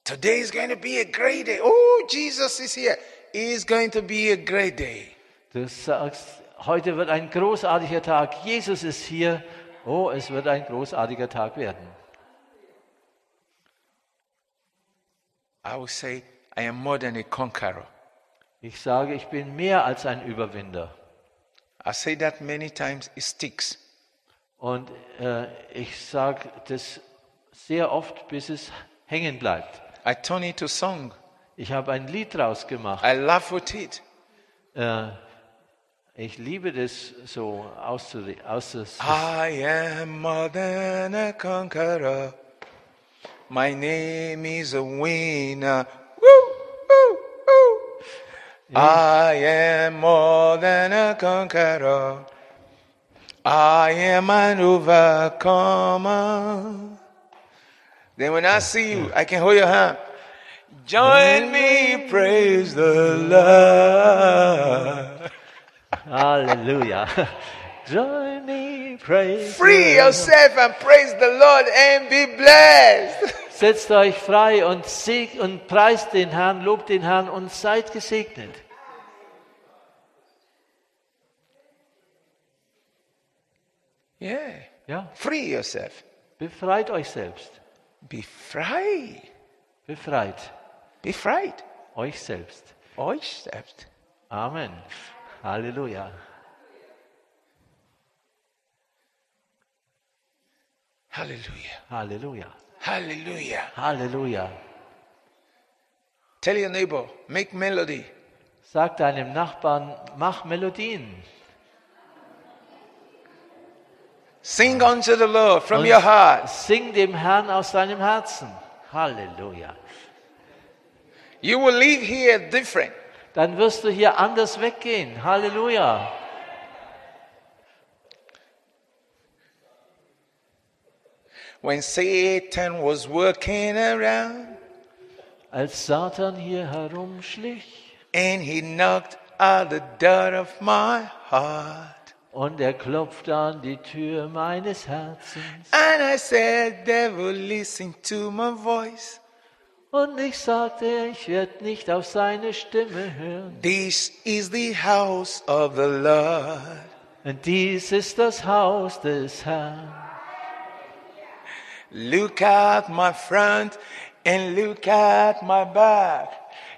[SPEAKER 1] Today is going to be a great day. Oh, Jesus is here. It's going to be a great day.
[SPEAKER 2] Du sagst, heute wird ein großartiger Tag. Jesus ist hier. Oh, es wird ein großartiger Tag werden.
[SPEAKER 1] I will say, I am more than a conqueror.
[SPEAKER 2] Ich sage, ich bin mehr als ein Überwinder.
[SPEAKER 1] I say that many times, it sticks.
[SPEAKER 2] Und äh, ich sage das sehr oft, bis es hängen bleibt.
[SPEAKER 1] I turn it to song.
[SPEAKER 2] Ich habe ein Lied draus gemacht.
[SPEAKER 1] I laugh with it.
[SPEAKER 2] Äh, ich liebe das so auszure- auszus.
[SPEAKER 1] I am more than a conqueror. My name is a winner. Woo, woo, woo. I am more than a conqueror. I am an overcomer. Then when I see you, I can hold your hand. Join me, praise the Lord.
[SPEAKER 2] Halleluja. [LAUGHS] Join me, praise.
[SPEAKER 1] Free
[SPEAKER 2] the Lord.
[SPEAKER 1] yourself and praise the Lord and be blessed.
[SPEAKER 2] Setzt euch frei und, seg und preist den Herrn, lobt den Herrn und seid gesegnet.
[SPEAKER 1] Yeah.
[SPEAKER 2] Ja,
[SPEAKER 1] Free yourself.
[SPEAKER 2] Befreit euch selbst.
[SPEAKER 1] Be frei.
[SPEAKER 2] Befreit
[SPEAKER 1] Befreit.
[SPEAKER 2] euch selbst.
[SPEAKER 1] Euch selbst.
[SPEAKER 2] Amen. Halleluja.
[SPEAKER 1] Hallelujah.
[SPEAKER 2] Halleluja.
[SPEAKER 1] Hallelujah.
[SPEAKER 2] Halleluja.
[SPEAKER 1] Tell your neighbor, make melody.
[SPEAKER 2] Sag deinem Nachbarn, mach Melodien.
[SPEAKER 1] Sing unto the Lord from
[SPEAKER 2] Und
[SPEAKER 1] your heart.
[SPEAKER 2] Sing dem Herrn aus deinem Herzen. Halleluja.
[SPEAKER 1] You will leave here different.
[SPEAKER 2] Dann wirst du hier anders weggehen. Halleluja.
[SPEAKER 1] When Satan was working around
[SPEAKER 2] Als Satan hier herumschlich
[SPEAKER 1] and he knocked at the door of my heart.
[SPEAKER 2] und er klopfte an die Tür meines Herzens
[SPEAKER 1] And I said, Devil, listen to my voice.
[SPEAKER 2] und ich sagte, ich werde nicht auf seine Stimme hören.
[SPEAKER 1] This is the house of the Lord.
[SPEAKER 2] Und dies ist das Haus des Herrn.
[SPEAKER 1] Look at my front and look at my back.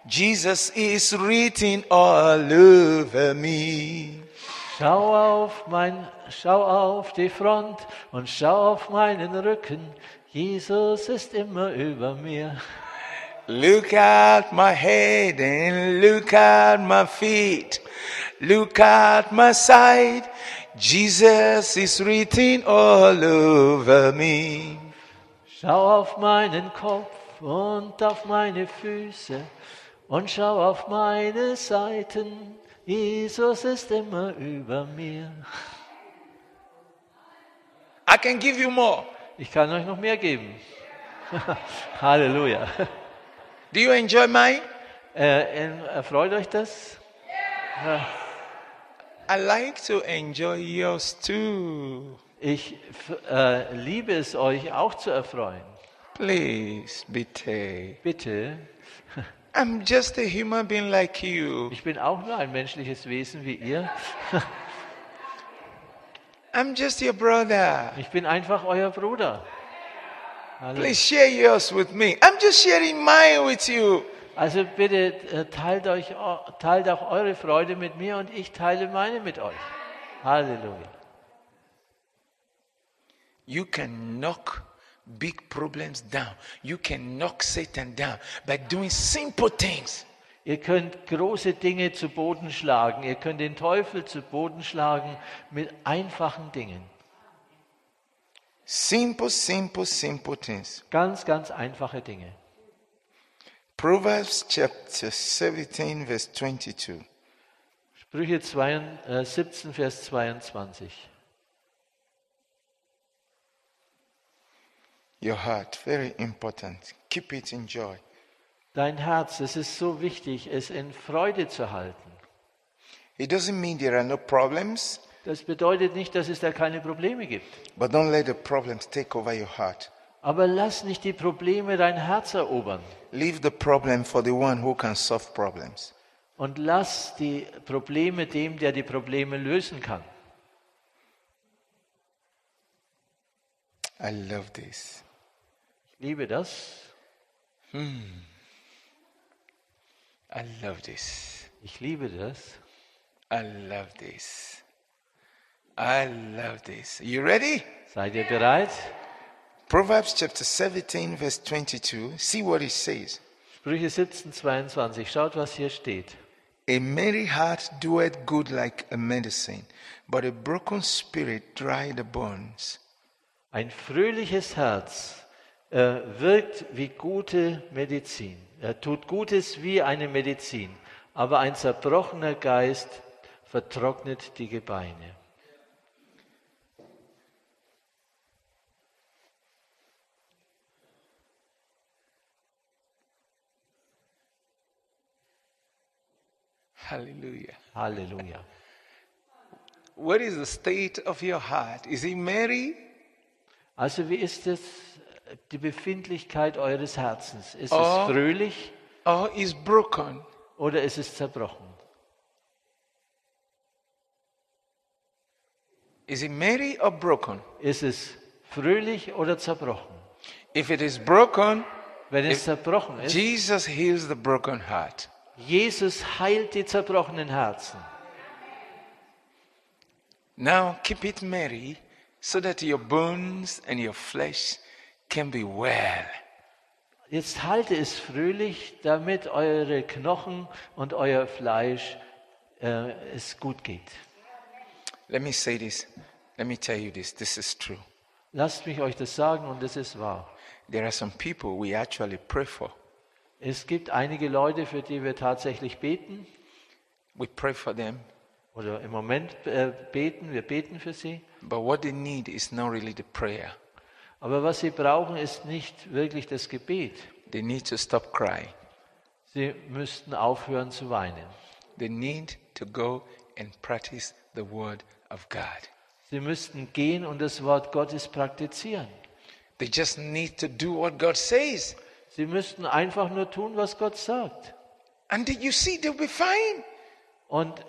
[SPEAKER 1] Jesus is written all over me.
[SPEAKER 2] Schau auf, mein, schau auf die Front und schau auf meinen Rücken. Jesus ist immer über mir.
[SPEAKER 1] Look at my head and look at my feet. Look at my side. Jesus is written all over me.
[SPEAKER 2] Schau auf meinen Kopf und auf meine Füße und schau auf meine Seiten. Jesus ist immer über mir.
[SPEAKER 1] I can give you more.
[SPEAKER 2] Ich kann euch noch mehr geben. [LAUGHS] Halleluja.
[SPEAKER 1] Do you enjoy mine?
[SPEAKER 2] Äh, ähm, erfreut euch das?
[SPEAKER 1] I like to enjoy yours too.
[SPEAKER 2] Ich f- äh, liebe es, euch auch zu erfreuen.
[SPEAKER 1] Please, Bitte.
[SPEAKER 2] Bitte.
[SPEAKER 1] I'm just a human being like you.
[SPEAKER 2] Ich bin auch nur ein menschliches Wesen wie ihr.
[SPEAKER 1] I'm just your brother.
[SPEAKER 2] Ich bin einfach euer Bruder. Halleluja.
[SPEAKER 1] Please share yours with me. I'm just sharing mine with you.
[SPEAKER 2] Also bitte äh, teilt, euch, eu- teilt auch eure Freude mit mir und ich teile meine mit euch. Halleluja.
[SPEAKER 1] You can knock big problems down. You can knock Satan down by doing simple things.
[SPEAKER 2] Ihr könnt große Dinge zu Boden schlagen. Ihr könnt den Teufel zu Boden schlagen mit einfachen Dingen.
[SPEAKER 1] Simple, simple, simple things.
[SPEAKER 2] Ganz, ganz einfache Dinge.
[SPEAKER 1] Proverbs chapter 17, verse 22.
[SPEAKER 2] Sprüche 22, äh, 17, Vers 22.
[SPEAKER 1] Your heart, very important. Keep it in joy.
[SPEAKER 2] Dein Herz, es ist so wichtig, es in Freude zu halten.
[SPEAKER 1] It doesn't mean there are no problems,
[SPEAKER 2] Das bedeutet nicht, dass es da keine Probleme gibt.
[SPEAKER 1] but don't let the problems take over your heart.
[SPEAKER 2] Aber lass nicht die Probleme dein Herz erobern.
[SPEAKER 1] Leave the problem for the one who can solve problems.
[SPEAKER 2] Und lass die Probleme dem, der die Probleme lösen kann.
[SPEAKER 1] I love this.
[SPEAKER 2] Ich liebe das.
[SPEAKER 1] I love this.
[SPEAKER 2] Ich liebe das.
[SPEAKER 1] I love this. I love this. You ready?
[SPEAKER 2] Seid ihr bereit?
[SPEAKER 1] Proverbs chapter 17, verse 22. See what it says.
[SPEAKER 2] Sprüche 17, 22. Schaut, was hier steht.
[SPEAKER 1] A merry heart doeth good like a medicine, but a broken spirit dry the bones.
[SPEAKER 2] Ein fröhliches Herz äh, wirkt wie gute Medizin. Er tut Gutes wie eine Medizin. Aber ein zerbrochener Geist vertrocknet die Gebeine.
[SPEAKER 1] Hallelujah.
[SPEAKER 2] Halleluja.
[SPEAKER 1] What is the state of your heart? Is it merry
[SPEAKER 2] Also wie ist es die Befindlichkeit eures Herzens? Ist
[SPEAKER 1] Oh.
[SPEAKER 2] es fröhlich
[SPEAKER 1] or is broken?
[SPEAKER 2] oder ist es zerbrochen?
[SPEAKER 1] Is it merry or broken?
[SPEAKER 2] Ist es fröhlich oder zerbrochen.
[SPEAKER 1] If it is broken,
[SPEAKER 2] Wenn es zerbrochen ist,
[SPEAKER 1] Jesus heals the broken heart.
[SPEAKER 2] Jesus heilt die zerbrochenen Herzen.
[SPEAKER 1] Now keep it merry so that your bones and your flesh can be well.
[SPEAKER 2] Jetzt halte es fröhlich, damit eure Knochen und euer Fleisch äh, es gut geht.
[SPEAKER 1] Let me say this. Let me tell you this. This is true.
[SPEAKER 2] Lasst mich euch das sagen und es ist wahr.
[SPEAKER 1] There are some people we actually pray for.
[SPEAKER 2] Es gibt einige Leute, für die wir tatsächlich beten
[SPEAKER 1] We pray for them,
[SPEAKER 2] oder im Moment äh, beten, wir beten für sie.
[SPEAKER 1] but what they need is not really the prayer.
[SPEAKER 2] Aber was sie brauchen, ist nicht wirklich das Gebet.
[SPEAKER 1] They need to stop crying.
[SPEAKER 2] Sie müssten aufhören zu weinen.
[SPEAKER 1] They need to go and practice the word of God.
[SPEAKER 2] Sie müssten gehen und das Wort Gottes praktizieren.
[SPEAKER 1] They just need to do what God says.
[SPEAKER 2] Sie müssten einfach nur tun, was Gott sagt.
[SPEAKER 1] And then you see, they'll be fine.
[SPEAKER 2] Und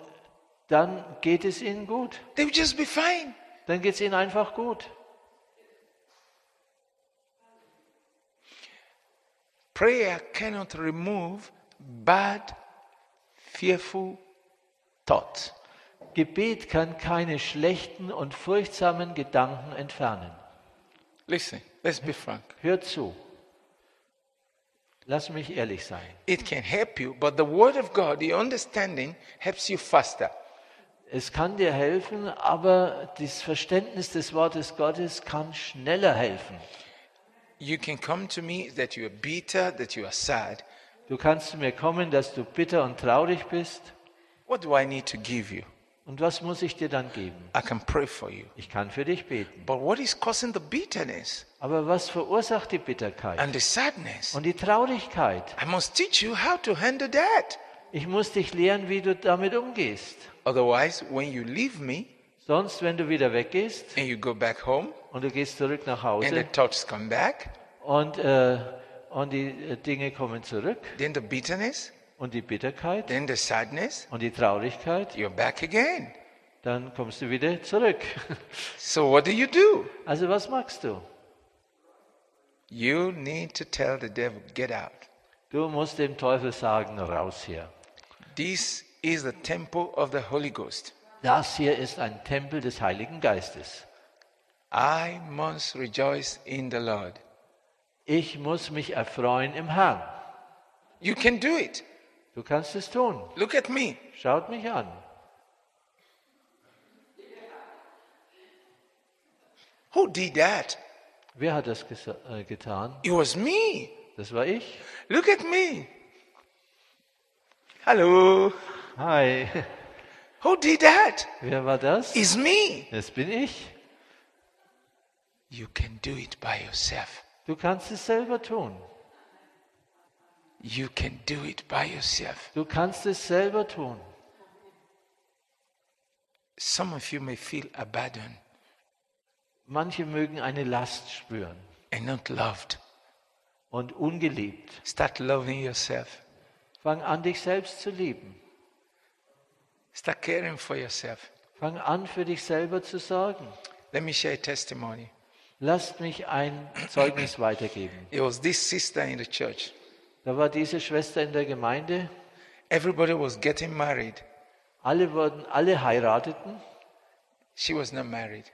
[SPEAKER 2] dann geht es ihnen gut.
[SPEAKER 1] They'll just be fine.
[SPEAKER 2] Dann geht es ihnen einfach gut.
[SPEAKER 1] Prayer cannot remove bad, fearful thoughts.
[SPEAKER 2] Gebet kann keine schlechten und furchtsamen Gedanken entfernen.
[SPEAKER 1] Listen, let's be frank.
[SPEAKER 2] Hört zu. Lass mich ehrlich sein.
[SPEAKER 1] It can help you, but the Word of God, the understanding, helps you faster.
[SPEAKER 2] Es kann dir helfen, aber das Verständnis des Wortes Gottes kann schneller helfen.
[SPEAKER 1] You can come to me that you are bitter, that you are sad.
[SPEAKER 2] Du kannst zu mir kommen, dass du bitter und traurig bist.
[SPEAKER 1] What do I need to give you?
[SPEAKER 2] Und was muss ich dir dann geben?
[SPEAKER 1] I can pray for you.
[SPEAKER 2] Ich kann für dich beten.
[SPEAKER 1] But what is causing the bitterness
[SPEAKER 2] Aber was verursacht die Bitterkeit
[SPEAKER 1] and the sadness?
[SPEAKER 2] und die Traurigkeit?
[SPEAKER 1] I must teach you how to handle that.
[SPEAKER 2] Ich muss dich lehren, wie du damit umgehst.
[SPEAKER 1] Otherwise, when you leave me
[SPEAKER 2] Sonst, wenn du wieder weggehst
[SPEAKER 1] and you go back home
[SPEAKER 2] und du gehst zurück nach
[SPEAKER 1] and the
[SPEAKER 2] Hause
[SPEAKER 1] thoughts come back,
[SPEAKER 2] und, äh, und die äh, Dinge kommen zurück
[SPEAKER 1] then the bitterness,
[SPEAKER 2] und die Bitterkeit
[SPEAKER 1] then the sadness,
[SPEAKER 2] und die Traurigkeit,
[SPEAKER 1] you're back again.
[SPEAKER 2] dann kommst du wieder zurück. [LAUGHS]
[SPEAKER 1] So, what do you do?
[SPEAKER 2] Also was machst du?
[SPEAKER 1] You need to tell the devil, get out.
[SPEAKER 2] Du musst dem Teufel sagen, raus hier.
[SPEAKER 1] This is the temple of the Holy Ghost.
[SPEAKER 2] Das hier ist ein Tempel des Heiligen Geistes.
[SPEAKER 1] I must rejoice in the Lord.
[SPEAKER 2] Ich muss mich erfreuen im Herrn.
[SPEAKER 1] You can do it.
[SPEAKER 2] Du kannst es tun.
[SPEAKER 1] Look at me.
[SPEAKER 2] Schaut mich an.
[SPEAKER 1] Who did that?
[SPEAKER 2] Wer hat das gesa- äh, getan?
[SPEAKER 1] It was me.
[SPEAKER 2] Das war ich.
[SPEAKER 1] Look at me. Hello.
[SPEAKER 2] Hi.
[SPEAKER 1] Who did that?
[SPEAKER 2] [LAUGHS] Wer war das?
[SPEAKER 1] It's me.
[SPEAKER 2] Das bin ich.
[SPEAKER 1] You can do it by yourself.
[SPEAKER 2] Du kannst es selber tun.
[SPEAKER 1] You can do it by yourself.
[SPEAKER 2] Du kannst es selber tun.
[SPEAKER 1] Some of you may feel abandoned
[SPEAKER 2] Manche mögen eine Last spüren
[SPEAKER 1] and not loved.
[SPEAKER 2] und ungeliebt.
[SPEAKER 1] Start loving yourself.
[SPEAKER 2] Fang an, dich selbst zu lieben.
[SPEAKER 1] Start caring for yourself.
[SPEAKER 2] Fang an, für dich selber zu sorgen.
[SPEAKER 1] Let me share a testimony.
[SPEAKER 2] Lasst mich ein Zeugnis weitergeben.
[SPEAKER 1] It was this sister in the church.
[SPEAKER 2] Da war diese Schwester in der Gemeinde.
[SPEAKER 1] Everybody was getting married.
[SPEAKER 2] Alle wurden, alle heirateten.
[SPEAKER 1] She was not married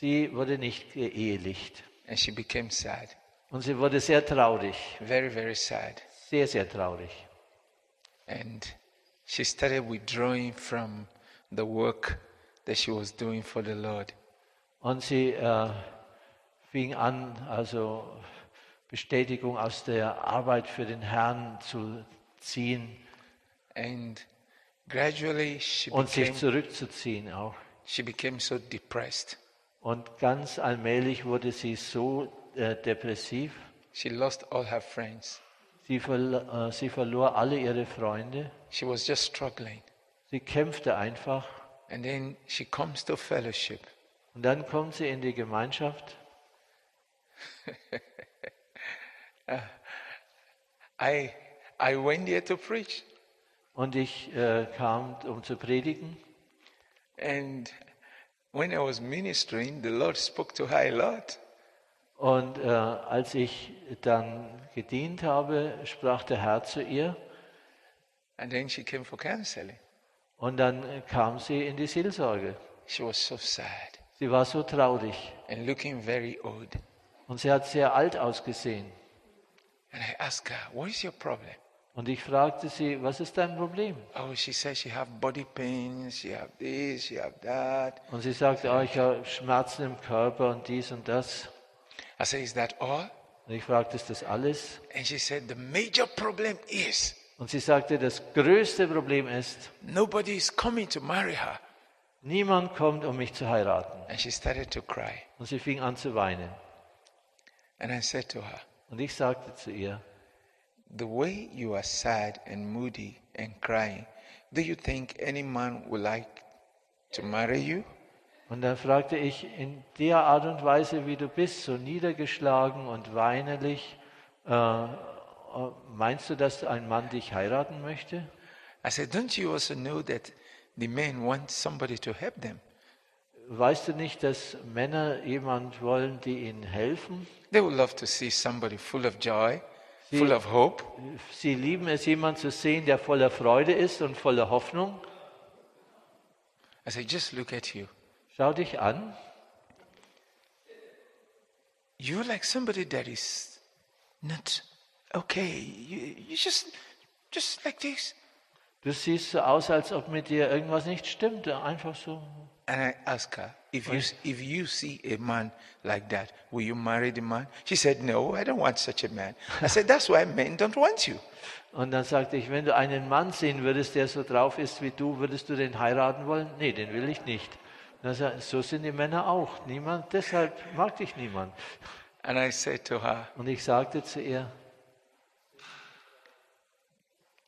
[SPEAKER 2] Sie wurde nicht geehelicht.
[SPEAKER 1] and she became sad.
[SPEAKER 2] Und sie wurde sehr traurig.
[SPEAKER 1] Very, very sad.
[SPEAKER 2] Sehr, sehr traurig.
[SPEAKER 1] And she started withdrawing from the work that she was doing for the Lord.
[SPEAKER 2] Und sie äh, fing an, also Bestätigung aus der Arbeit für den Herrn zu ziehen
[SPEAKER 1] And gradually she
[SPEAKER 2] und sich
[SPEAKER 1] became,
[SPEAKER 2] zurückzuziehen auch.
[SPEAKER 1] she became so depressed.
[SPEAKER 2] Und ganz allmählich wurde sie so äh, depressiv.
[SPEAKER 1] She lost all her friends.
[SPEAKER 2] Sie, verl äh, sie verlor alle ihre Freunde.
[SPEAKER 1] She was just struggling.
[SPEAKER 2] Sie kämpfte einfach.
[SPEAKER 1] And then she comes to fellowship.
[SPEAKER 2] Und dann kommt sie in die Gemeinschaft.
[SPEAKER 1] I, I went there to preach.
[SPEAKER 2] Und ich äh, kam, um zu predigen.
[SPEAKER 1] And when I was ministering, the Lord spoke to her a lot.
[SPEAKER 2] Und äh, als ich dann gedient habe, sprach der Herr zu ihr
[SPEAKER 1] And then she came for counseling.
[SPEAKER 2] und dann äh, kam sie in die Seelsorge.
[SPEAKER 1] She was so sad
[SPEAKER 2] Sie war so traurig
[SPEAKER 1] and looking very old.
[SPEAKER 2] und sie hat sehr alt ausgesehen.
[SPEAKER 1] And I asked her, What is your problem?
[SPEAKER 2] Und ich fragte sie, was ist dein Problem?
[SPEAKER 1] Oh, she said she have body pains, she have this, she have that.
[SPEAKER 2] Und sie sagte, oh, ich habe Schmerzen im Körper und dies und das.
[SPEAKER 1] I said, Is that all?
[SPEAKER 2] Und ich fragte, ist das alles?
[SPEAKER 1] And she said, The major problem is
[SPEAKER 2] Und sie sagte, das größte Problem ist,
[SPEAKER 1] nobody is coming to marry her.
[SPEAKER 2] niemand kommt, um mich zu heiraten.
[SPEAKER 1] And she started to cry.
[SPEAKER 2] Und sie fing an zu weinen.
[SPEAKER 1] And I said to her,
[SPEAKER 2] Und ich sagte zu ihr,
[SPEAKER 1] The way you are sad and moody and crying, do you think any man would like to marry you?
[SPEAKER 2] und dann fragte ich, in der Art und Weise, wie du bist, so niedergeschlagen und weinerlich, äh, meinst du, dass ein Mann dich heiraten möchte?
[SPEAKER 1] I said, Don't you also know that the men want somebody to help them?
[SPEAKER 2] Weißt du nicht, dass Männer jemand wollen, die ihnen helfen?
[SPEAKER 1] They would love to see somebody full of joy, full of hope.
[SPEAKER 2] Sie lieben es, jemanden zu sehen, der voller Freude ist und voller Hoffnung.
[SPEAKER 1] I said, Just look at you.
[SPEAKER 2] Schau dich an.
[SPEAKER 1] You're like somebody that is not okay. You, you just, just like this.
[SPEAKER 2] Du siehst so aus, als ob mit dir irgendwas nicht stimmt. Einfach so.
[SPEAKER 1] And I asked her, if you, if you see a man like that, will you marry the man? She said, No, I don't want such a man. I said, That's why men don't want you.
[SPEAKER 2] Und dann sagte ich, wenn du einen Mann sehen würdest, der so drauf ist wie du, würdest du den heiraten wollen? Nee, den will ich nicht. Und dann sagt, so sind die Männer auch. Niemand, deshalb mag dich niemand.
[SPEAKER 1] And I said to her,
[SPEAKER 2] Und ich sagte zu ihr,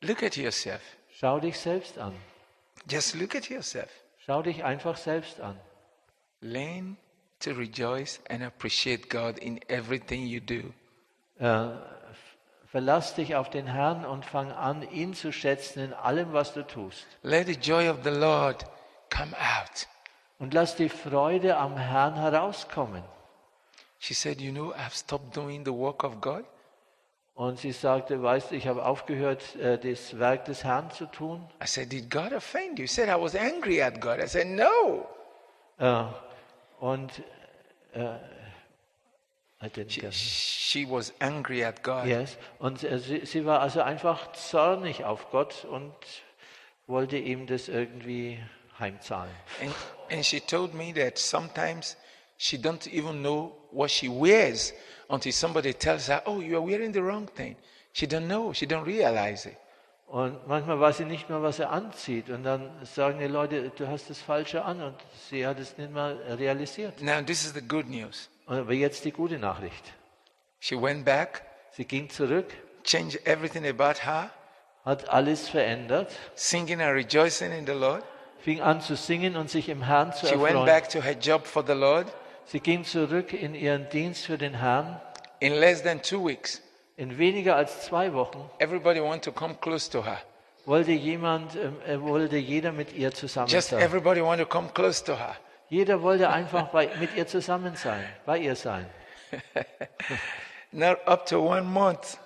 [SPEAKER 1] Look at yourself.
[SPEAKER 2] schau dich selbst an.
[SPEAKER 1] Just look at yourself.
[SPEAKER 2] Schau dich einfach selbst an.
[SPEAKER 1] Learn to rejoice and appreciate God in everything you do.
[SPEAKER 2] Äh, verlass dich auf den Herrn und fang an, ihn zu schätzen in allem, was du tust.
[SPEAKER 1] Let the joy of the Lord come out.
[SPEAKER 2] Und lass die Freude am Herrn herauskommen.
[SPEAKER 1] She said, You know, I've stopped doing the work of God.
[SPEAKER 2] Und sie sagte, weißt du, ich habe aufgehört, äh, das Werk des Herrn zu tun.
[SPEAKER 1] I said, Did God offend you? She said, I was angry at God. I said, No.
[SPEAKER 2] Äh, Und äh, I didn't get-
[SPEAKER 1] She was angry at God.
[SPEAKER 2] yes. Und äh, sie, sie war also einfach zornig auf Gott und wollte ihm das irgendwie heimzahlen.
[SPEAKER 1] And, and she told me that sometimes she don't even know what she wears until somebody tells her, "Oh, you are wearing the wrong thing." She don't know. She don't realize it.
[SPEAKER 2] Und manchmal weiß sie nicht mehr, was er anzieht. Und dann sagen die Leute, du hast das Falsche an. Und sie hat es nicht mal realisiert.
[SPEAKER 1] Now this is the good news.
[SPEAKER 2] Und Aber jetzt die gute Nachricht.
[SPEAKER 1] She went back,
[SPEAKER 2] Sie ging zurück,
[SPEAKER 1] changed everything about her,
[SPEAKER 2] hat alles verändert,
[SPEAKER 1] singing and rejoicing in the Lord.
[SPEAKER 2] fing an zu singen und sich im Herrn zu
[SPEAKER 1] She went
[SPEAKER 2] erfreuen.
[SPEAKER 1] back to her job for the Lord
[SPEAKER 2] Sie ging zurück in ihren Dienst für den Herrn.
[SPEAKER 1] in less than two weeks.
[SPEAKER 2] In weniger als zwei Wochen
[SPEAKER 1] Everybody want to come close to her.
[SPEAKER 2] wollte jemand, ähm, äh, wollte jeder mit ihr zusammen
[SPEAKER 1] Just
[SPEAKER 2] sein.
[SPEAKER 1] everybody want to come close to her.
[SPEAKER 2] Jeder wollte einfach bei, mit ihr zusammen sein, bei ihr sein.
[SPEAKER 1] Now up to one month,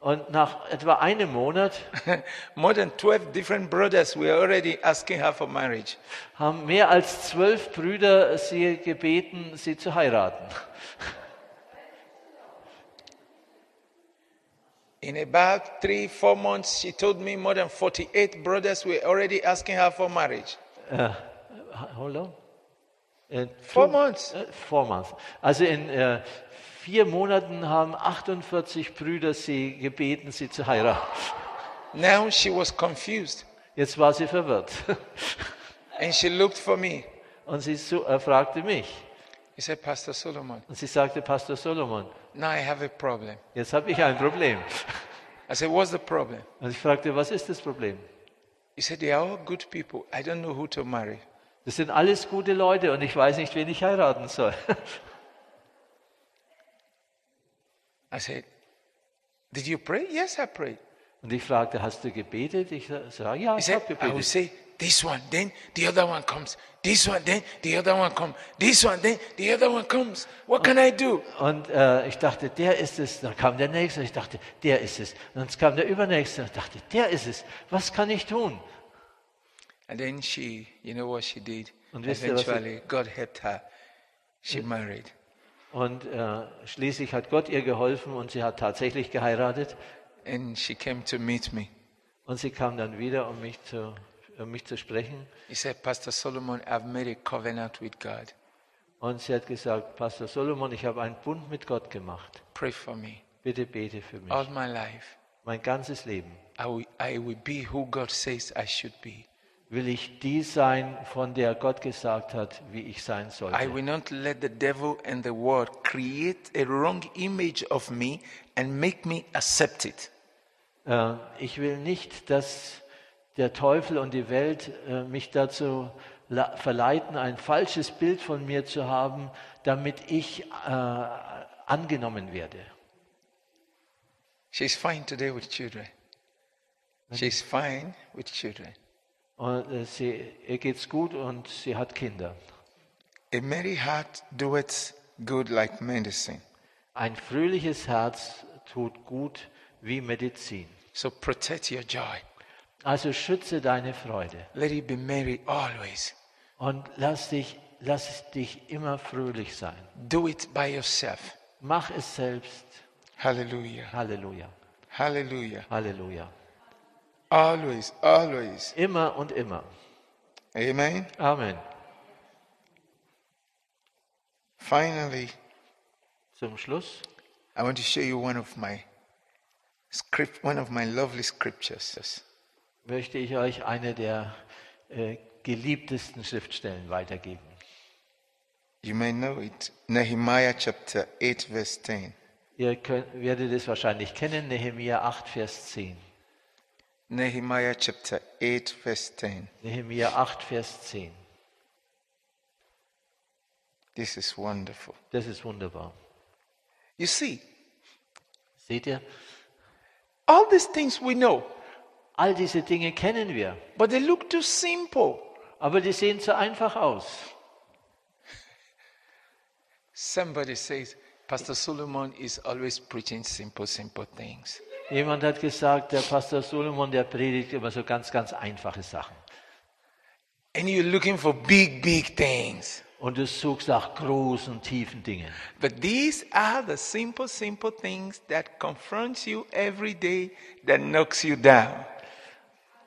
[SPEAKER 2] Und nach etwa einem Monat
[SPEAKER 1] [LAUGHS] more than 12 different brothers were already asking her for marriage.
[SPEAKER 2] haben mehr als zwölf Brüder sie gebeten, sie zu heiraten.
[SPEAKER 1] In about three, four months, she told me more than 48 brothers were already asking her for marriage.
[SPEAKER 2] Äh, how long? Äh,
[SPEAKER 1] Four
[SPEAKER 2] two-
[SPEAKER 1] months.
[SPEAKER 2] Äh, four months. Also in äh, vier Monaten haben 48 Brüder sie gebeten, sie zu heiraten.
[SPEAKER 1] Now she was confused
[SPEAKER 2] Jetzt war sie verwirrt. [LAUGHS]
[SPEAKER 1] and she looked for me.
[SPEAKER 2] Und sie so, äh, fragte mich.
[SPEAKER 1] He said, Pastor Solomon,
[SPEAKER 2] Und sie sagte, Pastor Solomon,
[SPEAKER 1] now I have a problem.
[SPEAKER 2] jetzt habe ich ein Problem.
[SPEAKER 1] I said, What's the problem?
[SPEAKER 2] Und ich fragte, was ist das Problem?
[SPEAKER 1] He said, They are all good people. I don't know who to marry.
[SPEAKER 2] Das sind alles gute Leute und ich weiß nicht, wen ich heiraten soll. [LAUGHS]
[SPEAKER 1] I said, Did you pray? Yes, I prayed.
[SPEAKER 2] Und ich fragte, hast du gebetet? Ich sage, ja,
[SPEAKER 1] He
[SPEAKER 2] ich
[SPEAKER 1] said,
[SPEAKER 2] habe
[SPEAKER 1] I will
[SPEAKER 2] gebetet.
[SPEAKER 1] say, this one, then the other one comes. This one, then the other one comes. This one, then the other one comes. What can I do?
[SPEAKER 2] Und äh, ich dachte, der ist es. Dann kam der nächste. Ich dachte, der ist es. Und dann kam der übernächste. Und ich dachte, der ist es. Was kann ich tun?
[SPEAKER 1] And then she, you know what she did?
[SPEAKER 2] Und wisst ihr, was sie-
[SPEAKER 1] Eventually, God helped her. She married.
[SPEAKER 2] Und äh, schließlich hat Gott ihr geholfen und sie hat tatsächlich geheiratet.
[SPEAKER 1] And she came to meet me.
[SPEAKER 2] Und sie kam dann wieder, um mich zu, um mich zu sprechen.
[SPEAKER 1] He said, Pastor Solomon, I've made a covenant with God.
[SPEAKER 2] Und sie hat gesagt, Pastor Solomon, ich habe einen Bund mit Gott gemacht.
[SPEAKER 1] Pray for me.
[SPEAKER 2] Bitte bete für mich.
[SPEAKER 1] All my life,
[SPEAKER 2] Mein ganzes Leben
[SPEAKER 1] I will, I will be who God says I should be.
[SPEAKER 2] will ich die sein, von der Gott gesagt hat, wie ich sein
[SPEAKER 1] I
[SPEAKER 2] sollte.
[SPEAKER 1] will not let the devil and the world create a wrong image of me and make me accept it.
[SPEAKER 2] Äh, ich will nicht, dass der Teufel und die Welt äh, mich dazu la- verleiten, ein falsches Bild von mir zu haben, damit ich äh, angenommen werde.
[SPEAKER 1] She's fine today with children. She's fine with children.
[SPEAKER 2] Und äh, sie, ihr geht's gut und sie hat Kinder.
[SPEAKER 1] A merry heart doeth good like medicine.
[SPEAKER 2] Ein fröhliches Herz tut gut wie Medizin.
[SPEAKER 1] So protect your joy.
[SPEAKER 2] Also schütze deine Freude
[SPEAKER 1] Let it be merry always.
[SPEAKER 2] und lass dich, lass dich immer fröhlich sein.
[SPEAKER 1] Do it by yourself.
[SPEAKER 2] Mach es selbst.
[SPEAKER 1] Hallelujah.
[SPEAKER 2] Halleluja,
[SPEAKER 1] Hallelujah.
[SPEAKER 2] Halleluja.
[SPEAKER 1] Always, always.
[SPEAKER 2] Immer und immer.
[SPEAKER 1] Amen.
[SPEAKER 2] Amen.
[SPEAKER 1] Finally,
[SPEAKER 2] Zum Schluss
[SPEAKER 1] I want to show you one of my script, one of my lovely scriptures.
[SPEAKER 2] möchte ich euch eine der äh, geliebtesten Schriftstellen weitergeben.
[SPEAKER 1] You may know it. Nehemiah chapter 8, verse 10.
[SPEAKER 2] Ihr könnt, werdet es wahrscheinlich kennen, Nehemia 8, Vers 10.
[SPEAKER 1] Nehemiah chapter 8, verse 10.
[SPEAKER 2] Nehemia 8, Vers 10.
[SPEAKER 1] This is wonderful.
[SPEAKER 2] Das ist wunderbar.
[SPEAKER 1] You see,
[SPEAKER 2] Seht ihr?
[SPEAKER 1] all these things we know,
[SPEAKER 2] All diese Dinge kennen wir,
[SPEAKER 1] but they look too simple.
[SPEAKER 2] aber die sehen so einfach aus.
[SPEAKER 1] Somebody says, Pastor Solomon is always preaching simple, simple things.
[SPEAKER 2] Jemand hat gesagt, der Pastor Solomon, der predigt immer so ganz, ganz einfache Sachen.
[SPEAKER 1] And you're looking for big, big things.
[SPEAKER 2] Und du suchst nach großen, tiefen Dingen.
[SPEAKER 1] But these are the simple, simple things that confronts you every day that knocks you down.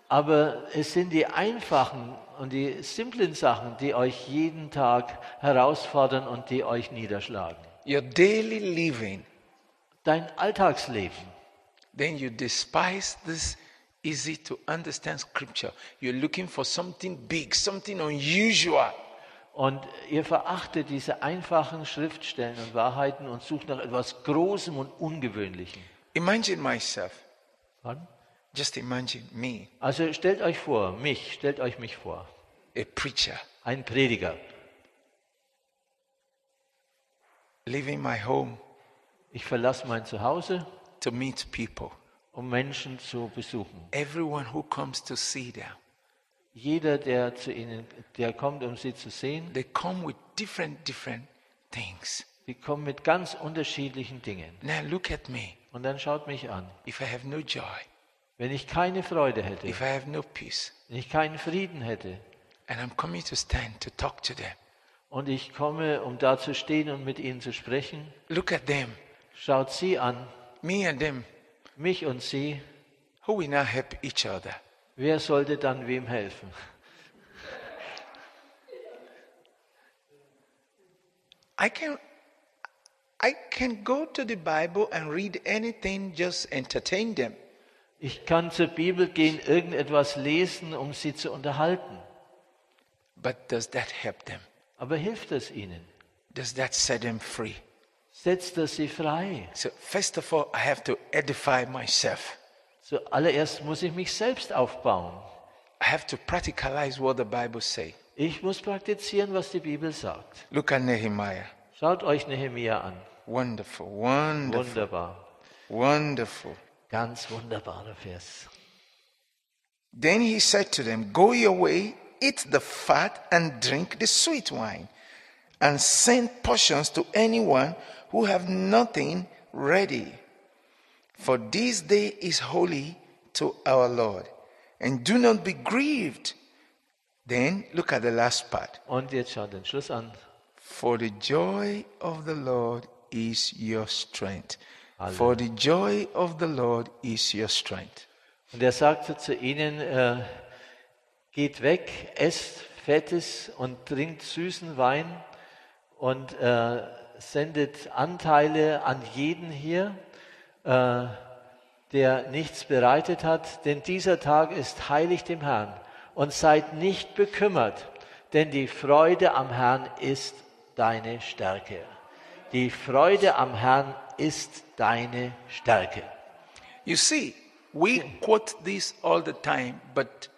[SPEAKER 2] Aber es sind die einfachen und die simplen Sachen, die euch jeden Tag herausfordern und die euch niederschlagen.
[SPEAKER 1] Your daily living.
[SPEAKER 2] Dein Alltagsleben.
[SPEAKER 1] Then you despise this easy to understand scripture. You're looking for something big, something unusual.
[SPEAKER 2] Und ihr verachtet diese einfachen Schriftstellen und Wahrheiten und sucht nach etwas Großem und Ungewöhnlichem.
[SPEAKER 1] Imagine myself.
[SPEAKER 2] Pardon?
[SPEAKER 1] Just imagine me,
[SPEAKER 2] Also stellt euch vor, mich, stellt euch mich vor,
[SPEAKER 1] a preacher,
[SPEAKER 2] ein Prediger.
[SPEAKER 1] leaving my home
[SPEAKER 2] Ich verlasse mein Zuhause,
[SPEAKER 1] to meet people.
[SPEAKER 2] um Menschen zu besuchen.
[SPEAKER 1] Everyone who comes to see them,
[SPEAKER 2] Jeder, der zu ihnen, der kommt, um sie zu sehen,
[SPEAKER 1] they come with different, different things.
[SPEAKER 2] die kommen mit ganz unterschiedlichen Dingen.
[SPEAKER 1] Now look at me.
[SPEAKER 2] Und dann schaut mich an.
[SPEAKER 1] If I have no joy,
[SPEAKER 2] Wenn ich keine Freude hätte,
[SPEAKER 1] if I have no peace,
[SPEAKER 2] wenn ich keinen Frieden hätte
[SPEAKER 1] and I'm coming to stand to talk to them,
[SPEAKER 2] und ich komme, um da zu stehen und mit ihnen zu sprechen,
[SPEAKER 1] look at them,
[SPEAKER 2] schaut sie an,
[SPEAKER 1] me and them,
[SPEAKER 2] mich und sie,
[SPEAKER 1] who will now help each other?
[SPEAKER 2] wer sollte dann wem helfen?
[SPEAKER 1] I can I can go to the Bible and read anything, just entertain them.
[SPEAKER 2] Ich kann zur Bibel gehen, irgendetwas lesen, um sie zu unterhalten.
[SPEAKER 1] But does that help them?
[SPEAKER 2] Aber hilft es ihnen?
[SPEAKER 1] Does that set them free?
[SPEAKER 2] Setzt das sie frei?
[SPEAKER 1] So first of all, I have to edify myself.
[SPEAKER 2] Zuallererst muss ich mich selbst aufbauen.
[SPEAKER 1] I have to practicalize what the Bible says.
[SPEAKER 2] Ich muss praktizieren, was die Bibel sagt.
[SPEAKER 1] Look at Nehemiah.
[SPEAKER 2] Schaut euch Nehemia an.
[SPEAKER 1] Wonderful, wonderful,
[SPEAKER 2] Wunderbar.
[SPEAKER 1] wonderful.
[SPEAKER 2] Ganz wunderbarer Vers.
[SPEAKER 1] Then he said to them, Go your way, eat the fat, and drink the sweet wine, and send portions to anyone who have nothing ready. For this day is holy to our Lord. And do not be grieved. Then look at the last part.
[SPEAKER 2] Und jetzt schaut den Schluss an.
[SPEAKER 1] For the joy of the Lord is your strength. For the joy of the Lord is your strength.
[SPEAKER 2] Und er sagte zu ihnen, äh, geht weg, esst fettes und trinkt süßen Wein und äh, sendet Anteile an jeden hier, äh, der nichts bereitet hat, denn dieser Tag ist heilig dem Herrn. Und seid nicht bekümmert, denn die Freude am Herrn ist deine Stärke. Die Freude am Herrn ist deine Stärke.
[SPEAKER 1] You see, we quote this all the time, but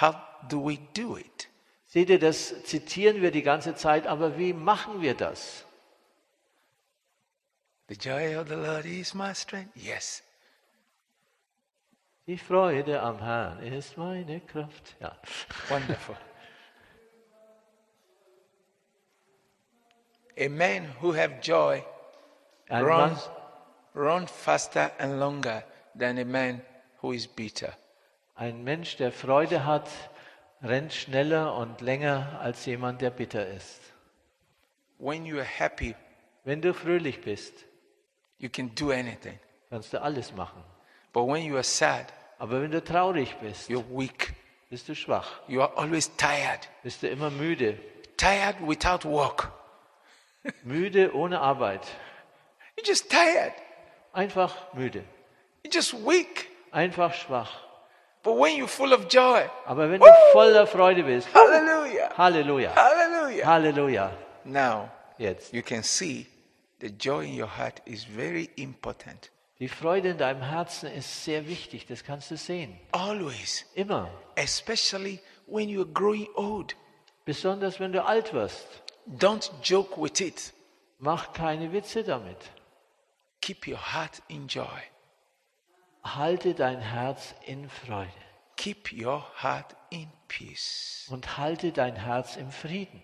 [SPEAKER 1] how do we do it?
[SPEAKER 2] Seht ihr, das zitieren wir die ganze Zeit, aber wie machen wir das?
[SPEAKER 1] The joy of the Lord is my strength. Yes.
[SPEAKER 2] Die Freude am Herrn ist meine Kraft. Ja.
[SPEAKER 1] Wonderful. A man who have joy
[SPEAKER 2] Ein Mann,
[SPEAKER 1] runs, run faster and longer than a man who is bitter.
[SPEAKER 2] ein Mensch, der Freude hat, rennt schneller und länger als jemand, der bitter ist.
[SPEAKER 1] When you are happy,
[SPEAKER 2] Wenn du fröhlich bist,
[SPEAKER 1] you can do anything.
[SPEAKER 2] kannst du alles machen.
[SPEAKER 1] But when you are sad,
[SPEAKER 2] Aber wenn du traurig bist,
[SPEAKER 1] you're weak.
[SPEAKER 2] bist du schwach,
[SPEAKER 1] You are always tired.
[SPEAKER 2] bist du immer müde,
[SPEAKER 1] Tired without work.
[SPEAKER 2] müde ohne Arbeit,
[SPEAKER 1] You're just tired.
[SPEAKER 2] einfach müde,
[SPEAKER 1] You're just weak.
[SPEAKER 2] einfach schwach.
[SPEAKER 1] But when you're full of joy,
[SPEAKER 2] Aber wenn du voller Freude bist,
[SPEAKER 1] [LAUGHS] hallelujah,
[SPEAKER 2] Halleluja,
[SPEAKER 1] hallelujah.
[SPEAKER 2] Halleluja,
[SPEAKER 1] Now,
[SPEAKER 2] jetzt.
[SPEAKER 1] you can see the joy in your heart is very important.
[SPEAKER 2] Die Freude in deinem Herzen ist sehr wichtig, das kannst du sehen.
[SPEAKER 1] Always,
[SPEAKER 2] Immer.
[SPEAKER 1] especially when you're growing old.
[SPEAKER 2] Besonders wenn du alt wirst.
[SPEAKER 1] Don't joke with it.
[SPEAKER 2] Mach keine Witze damit.
[SPEAKER 1] Keep your heart in joy.
[SPEAKER 2] Halte dein Herz in Freude
[SPEAKER 1] Keep your heart in peace.
[SPEAKER 2] und halte dein Herz im Frieden.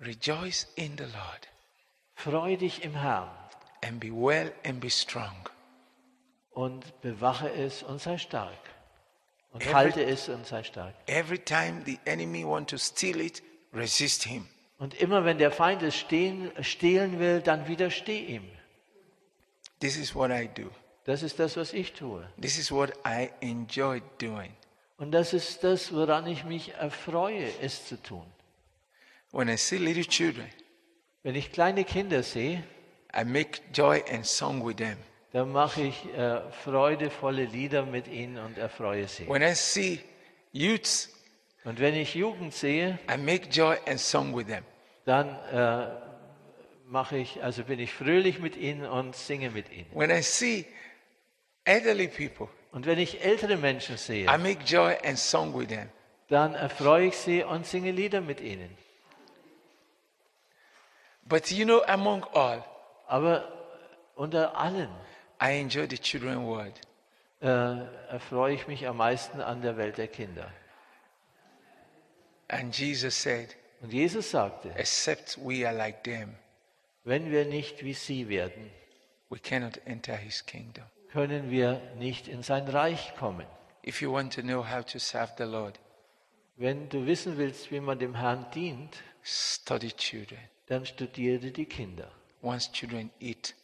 [SPEAKER 1] Rejoice in the Lord
[SPEAKER 2] Freu dich im Herrn
[SPEAKER 1] and be well and be strong.
[SPEAKER 2] und bewache es und sei stark. Und
[SPEAKER 1] Every-
[SPEAKER 2] halte es und sei stark.
[SPEAKER 1] Every time the enemy want to steal it, resist him.
[SPEAKER 2] Und immer wenn der Feind es stehlen, stehlen will, dann widersteh ihm.
[SPEAKER 1] This is what I do.
[SPEAKER 2] Das ist das, was ich tue.
[SPEAKER 1] This is what I enjoy doing.
[SPEAKER 2] Und das ist das, woran ich mich erfreue, es zu tun.
[SPEAKER 1] When I see little children,
[SPEAKER 2] Wenn ich kleine Kinder sehe,
[SPEAKER 1] I make joy and song with them.
[SPEAKER 2] Da mache ich äh, freudevolle Lieder mit ihnen und erfreue sie.
[SPEAKER 1] When I see youths,
[SPEAKER 2] Und wenn ich Jugend sehe,
[SPEAKER 1] I make joy and song with them.
[SPEAKER 2] dann äh, mache ich, also bin ich fröhlich mit ihnen und singe mit ihnen.
[SPEAKER 1] When I see elderly people,
[SPEAKER 2] Und wenn ich ältere Menschen
[SPEAKER 1] I
[SPEAKER 2] sehe,
[SPEAKER 1] make joy and song with them.
[SPEAKER 2] dann erfreue ich sie und singe Lieder mit ihnen.
[SPEAKER 1] But you know, among all,
[SPEAKER 2] Aber unter allen
[SPEAKER 1] I enjoy the children word.
[SPEAKER 2] äh, erfreue ich mich am meisten an der Welt der Kinder.
[SPEAKER 1] And Jesus said,
[SPEAKER 2] Und Jesus sagte,
[SPEAKER 1] except we are like them,
[SPEAKER 2] wenn wir nicht wie sie werden,
[SPEAKER 1] we cannot enter his kingdom.
[SPEAKER 2] können wir nicht in sein Reich kommen.
[SPEAKER 1] If you want to know how to serve the Lord,
[SPEAKER 2] Wenn du wissen willst, wie man dem Herrn dient,
[SPEAKER 1] study children.
[SPEAKER 2] dann studiere die Kinder.
[SPEAKER 1] Once children eat,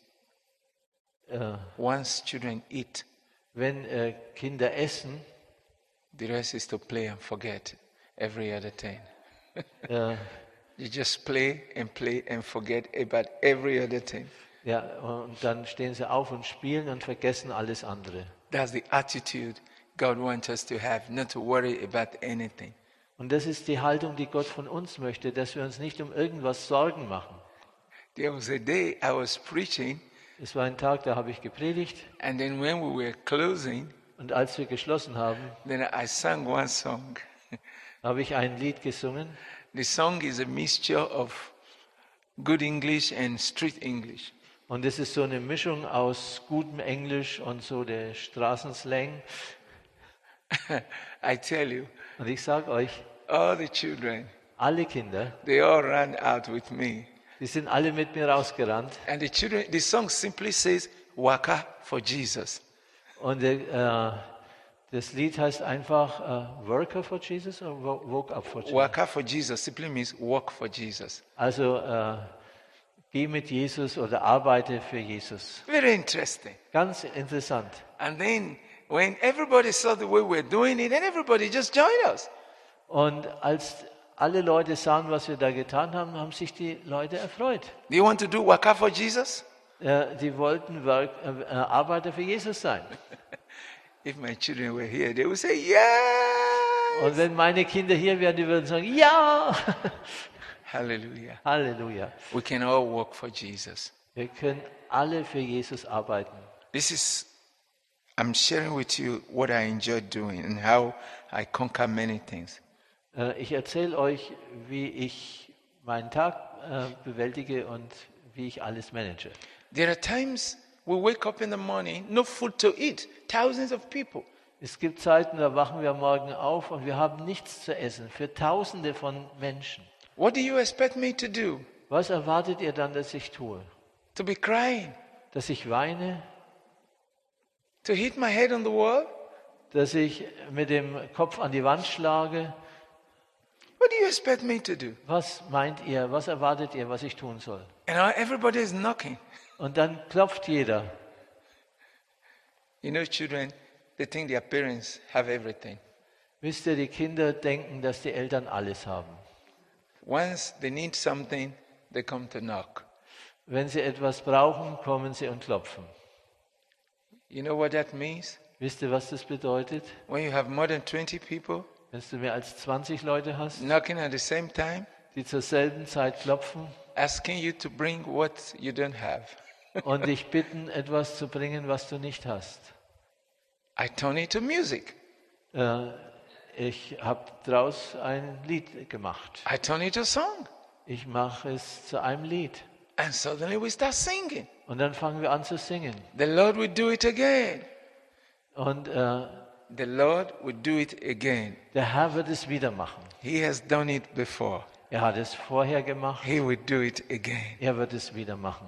[SPEAKER 2] Äh,
[SPEAKER 1] once children eat,
[SPEAKER 2] wenn äh, Kinder essen,
[SPEAKER 1] the rest is to play and forget every other thing. [LAUGHS]
[SPEAKER 2] äh,
[SPEAKER 1] You just play and play and forget about every other thing.
[SPEAKER 2] ja, und dann stehen sie auf und spielen und vergessen alles andere.
[SPEAKER 1] That's the attitude God wants us to have, not to worry about anything.
[SPEAKER 2] Und das ist die Haltung, die Gott von uns möchte, dass wir uns nicht um irgendwas Sorgen machen.
[SPEAKER 1] There was a day I was preaching,
[SPEAKER 2] Es war ein Tag, da habe ich gepredigt
[SPEAKER 1] and then when we were closing,
[SPEAKER 2] und als wir geschlossen haben,
[SPEAKER 1] then I sang one song. [LAUGHS]
[SPEAKER 2] habe ich ein Lied gesungen.
[SPEAKER 1] The song is a mixture of good English and street English. [LAUGHS]
[SPEAKER 2] Und es ist so eine Mischung aus gutem Englisch und so der Straßenslang.
[SPEAKER 1] I tell you,
[SPEAKER 2] Und ich sage euch,
[SPEAKER 1] all the children,
[SPEAKER 2] alle Kinder,
[SPEAKER 1] they all ran out with me.
[SPEAKER 2] die sind alle mit mir rausgerannt.
[SPEAKER 1] And the children, the song simply says, Waka for Jesus.
[SPEAKER 2] Und äh, das Lied heißt einfach äh, Worker for Jesus oder Wo- Woke Up for Jesus.
[SPEAKER 1] Waka for Jesus simply means walk for Jesus.
[SPEAKER 2] Also äh, geh mit Jesus oder arbeite für Jesus.
[SPEAKER 1] Very interesting.
[SPEAKER 2] Ganz interessant.
[SPEAKER 1] And then when everybody saw the way we were doing it, and everybody just joined us.
[SPEAKER 2] Und als alle Leute sahen, was wir da getan haben, haben sich die Leute erfreut.
[SPEAKER 1] Do you want to do Waka for Jesus?
[SPEAKER 2] Äh, die wollten Work, äh, äh, Arbeiter für Jesus sein.
[SPEAKER 1] If my children were here, they would say, Yeah!
[SPEAKER 2] Und wenn meine Kinder hier wären, die würden sagen, ja, [LAUGHS]
[SPEAKER 1] Hallelujah.
[SPEAKER 2] Halleluja.
[SPEAKER 1] We can all work for Jesus.
[SPEAKER 2] Wir können alle für Jesus arbeiten.
[SPEAKER 1] This is, I'm sharing with you what I enjoy doing and how I conquer many things.
[SPEAKER 2] Äh, ich erzähle euch, wie ich meinen Tag äh, bewältige und wie ich alles manage.
[SPEAKER 1] There are times we wake up in the morning, no food to eat, thousands of people.
[SPEAKER 2] Es gibt Zeiten, da wachen wir morgen auf und wir haben nichts zu essen für Tausende von Menschen.
[SPEAKER 1] What do you expect me to do?
[SPEAKER 2] Was erwartet ihr dann, dass ich tue?
[SPEAKER 1] To be crying?
[SPEAKER 2] Dass ich weine?
[SPEAKER 1] To hit my head on the wall?
[SPEAKER 2] Dass ich mit dem Kopf an die Wand schlage?
[SPEAKER 1] What do you expect me to do?
[SPEAKER 2] Was meint ihr? Was erwartet ihr, was ich tun soll?
[SPEAKER 1] And now everybody is knocking.
[SPEAKER 2] Und dann klopft jeder.
[SPEAKER 1] You know, children, they think their parents have everything.
[SPEAKER 2] Wisst ihr, die Kinder denken, dass die Eltern alles haben.
[SPEAKER 1] Once they need something, they come to knock.
[SPEAKER 2] Wenn sie etwas brauchen, kommen sie und klopfen.
[SPEAKER 1] You know what that means?
[SPEAKER 2] Wisst ihr, was das bedeutet?
[SPEAKER 1] When you have more than 20 people
[SPEAKER 2] Wenn du mehr als 20 Leute hast,
[SPEAKER 1] knocking at the same time,
[SPEAKER 2] die zur selben Zeit klopfen
[SPEAKER 1] asking you to bring what you don't have.
[SPEAKER 2] und dich bitten, etwas zu bringen, was du nicht hast.
[SPEAKER 1] I turn it to music.
[SPEAKER 2] Äh, ich habe daraus ein Lied gemacht.
[SPEAKER 1] I turn it to song.
[SPEAKER 2] Ich mache es zu einem Lied.
[SPEAKER 1] And suddenly we start singing.
[SPEAKER 2] Und dann fangen wir an zu singen.
[SPEAKER 1] The Lord will do it again.
[SPEAKER 2] Und äh,
[SPEAKER 1] The Lord will do it again.
[SPEAKER 2] der Herr wird es wieder machen.
[SPEAKER 1] He has done it before.
[SPEAKER 2] Er hat es vorher gemacht.
[SPEAKER 1] He will do it again.
[SPEAKER 2] Er wird es wieder machen.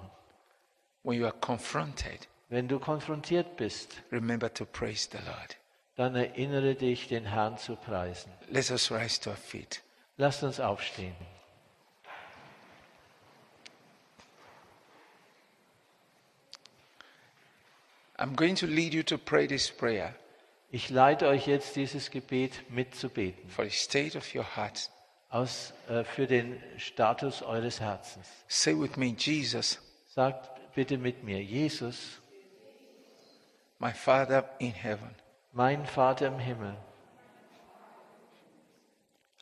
[SPEAKER 1] When you are confronted,
[SPEAKER 2] Wenn du konfrontiert bist,
[SPEAKER 1] remember to praise the Lord.
[SPEAKER 2] dann erinnere dich, den Herrn zu preisen.
[SPEAKER 1] Let us rise to our feet.
[SPEAKER 2] Lasst uns aufstehen.
[SPEAKER 1] I'm going to lead you to pray this prayer
[SPEAKER 2] Ich leite euch jetzt dieses Gebet mitzubeten
[SPEAKER 1] for the state of your heart.
[SPEAKER 2] aus, äh, für den Status eures Herzens.
[SPEAKER 1] Say with me, Jesus,
[SPEAKER 2] Sagt bitte mit mir, Jesus,
[SPEAKER 1] my Father in heaven,
[SPEAKER 2] mein Vater im Himmel,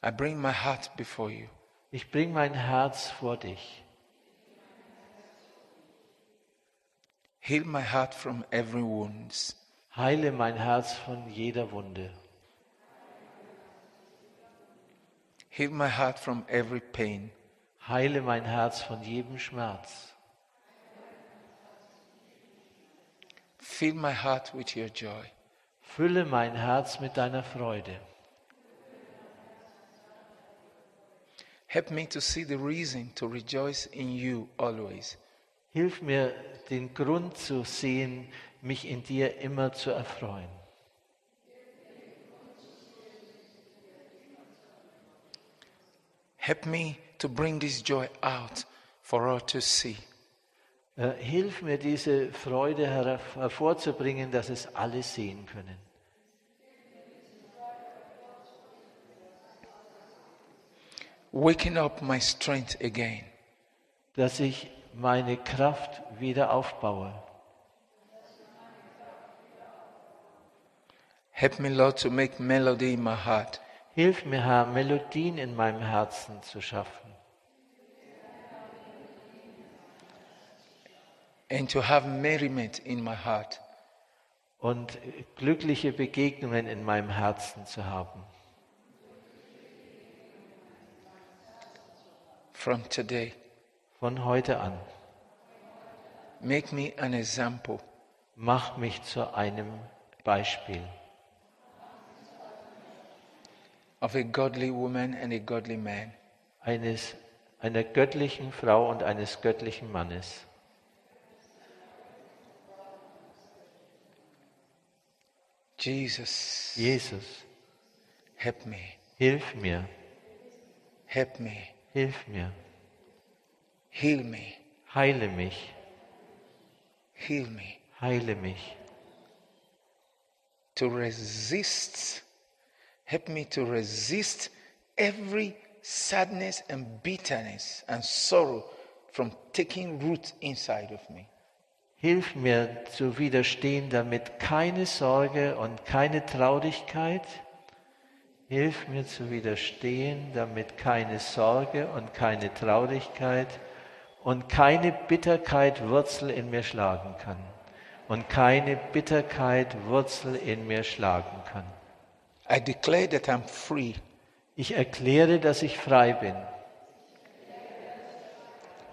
[SPEAKER 1] I bring my heart before you.
[SPEAKER 2] ich bringe mein Herz vor dich.
[SPEAKER 1] Heal my heart from every wounds.
[SPEAKER 2] Heile mein Herz von jeder Wunde.
[SPEAKER 1] Heal my heart from every pain.
[SPEAKER 2] Heile mein Herz von jedem Schmerz.
[SPEAKER 1] Fill my heart with your joy.
[SPEAKER 2] Fülle mein Herz mit deiner Freude.
[SPEAKER 1] Help me to see the reason to rejoice in you always.
[SPEAKER 2] Hilf mir, den Grund zu sehen, mich in dir immer zu erfreuen.
[SPEAKER 1] Help me to bring this joy out for all to see.
[SPEAKER 2] Äh, Hilf mir, diese Freude herv- hervorzubringen, dass es alle sehen können.
[SPEAKER 1] Waking up my strength again.
[SPEAKER 2] Dass ich meine Kraft wieder aufbaue.
[SPEAKER 1] Help me, Lord, to make melody in my heart.
[SPEAKER 2] Hilf mir, Herr, Melodien in meinem Herzen zu schaffen
[SPEAKER 1] and to have merriment in my heart.
[SPEAKER 2] und glückliche Begegnungen in meinem Herzen zu haben.
[SPEAKER 1] From today,
[SPEAKER 2] Von heute an,
[SPEAKER 1] make me an example
[SPEAKER 2] mach mich zu einem Beispiel.
[SPEAKER 1] of a godly woman and a godly man.
[SPEAKER 2] eines, einer göttlichen Frau und eines göttlichen Mannes.
[SPEAKER 1] Jesus,
[SPEAKER 2] Jesus,
[SPEAKER 1] help me,
[SPEAKER 2] hilf mir,
[SPEAKER 1] help me,
[SPEAKER 2] hilf mir,
[SPEAKER 1] heal me,
[SPEAKER 2] heile mich,
[SPEAKER 1] heal me
[SPEAKER 2] heile mich,
[SPEAKER 1] to resist. Help me to resist every sadness and bitterness and sorrow from taking root inside of me.
[SPEAKER 2] hilf mir zu widerstehen, damit keine Sorge und keine Traurigkeit, hilf mir zu widerstehen, damit keine Sorge und keine Traurigkeit und keine Bitterkeit Wurzel in mir schlagen kann und keine Bitterkeit Wurzel in mir schlagen kann.
[SPEAKER 1] I declare that I'm free.
[SPEAKER 2] Ich erkläre, dass ich frei bin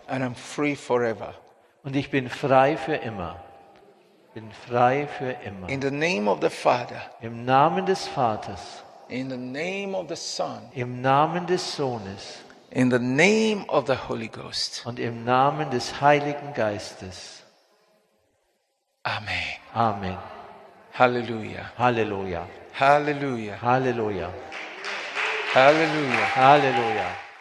[SPEAKER 1] and I'm free forever.
[SPEAKER 2] und ich bin frei für immer. Bin frei für immer.
[SPEAKER 1] In the name of the Father,
[SPEAKER 2] Im Namen des Vaters,
[SPEAKER 1] in the name of the Son,
[SPEAKER 2] im Namen des Sohnes
[SPEAKER 1] in the name of the Holy Ghost.
[SPEAKER 2] und im Namen des Heiligen Geistes.
[SPEAKER 1] Amen.
[SPEAKER 2] Amen.
[SPEAKER 1] Hallelujah.
[SPEAKER 2] Halleluja.
[SPEAKER 1] Hallelujah.
[SPEAKER 2] Halleluja.
[SPEAKER 1] Hallelujah.
[SPEAKER 2] Halleluja.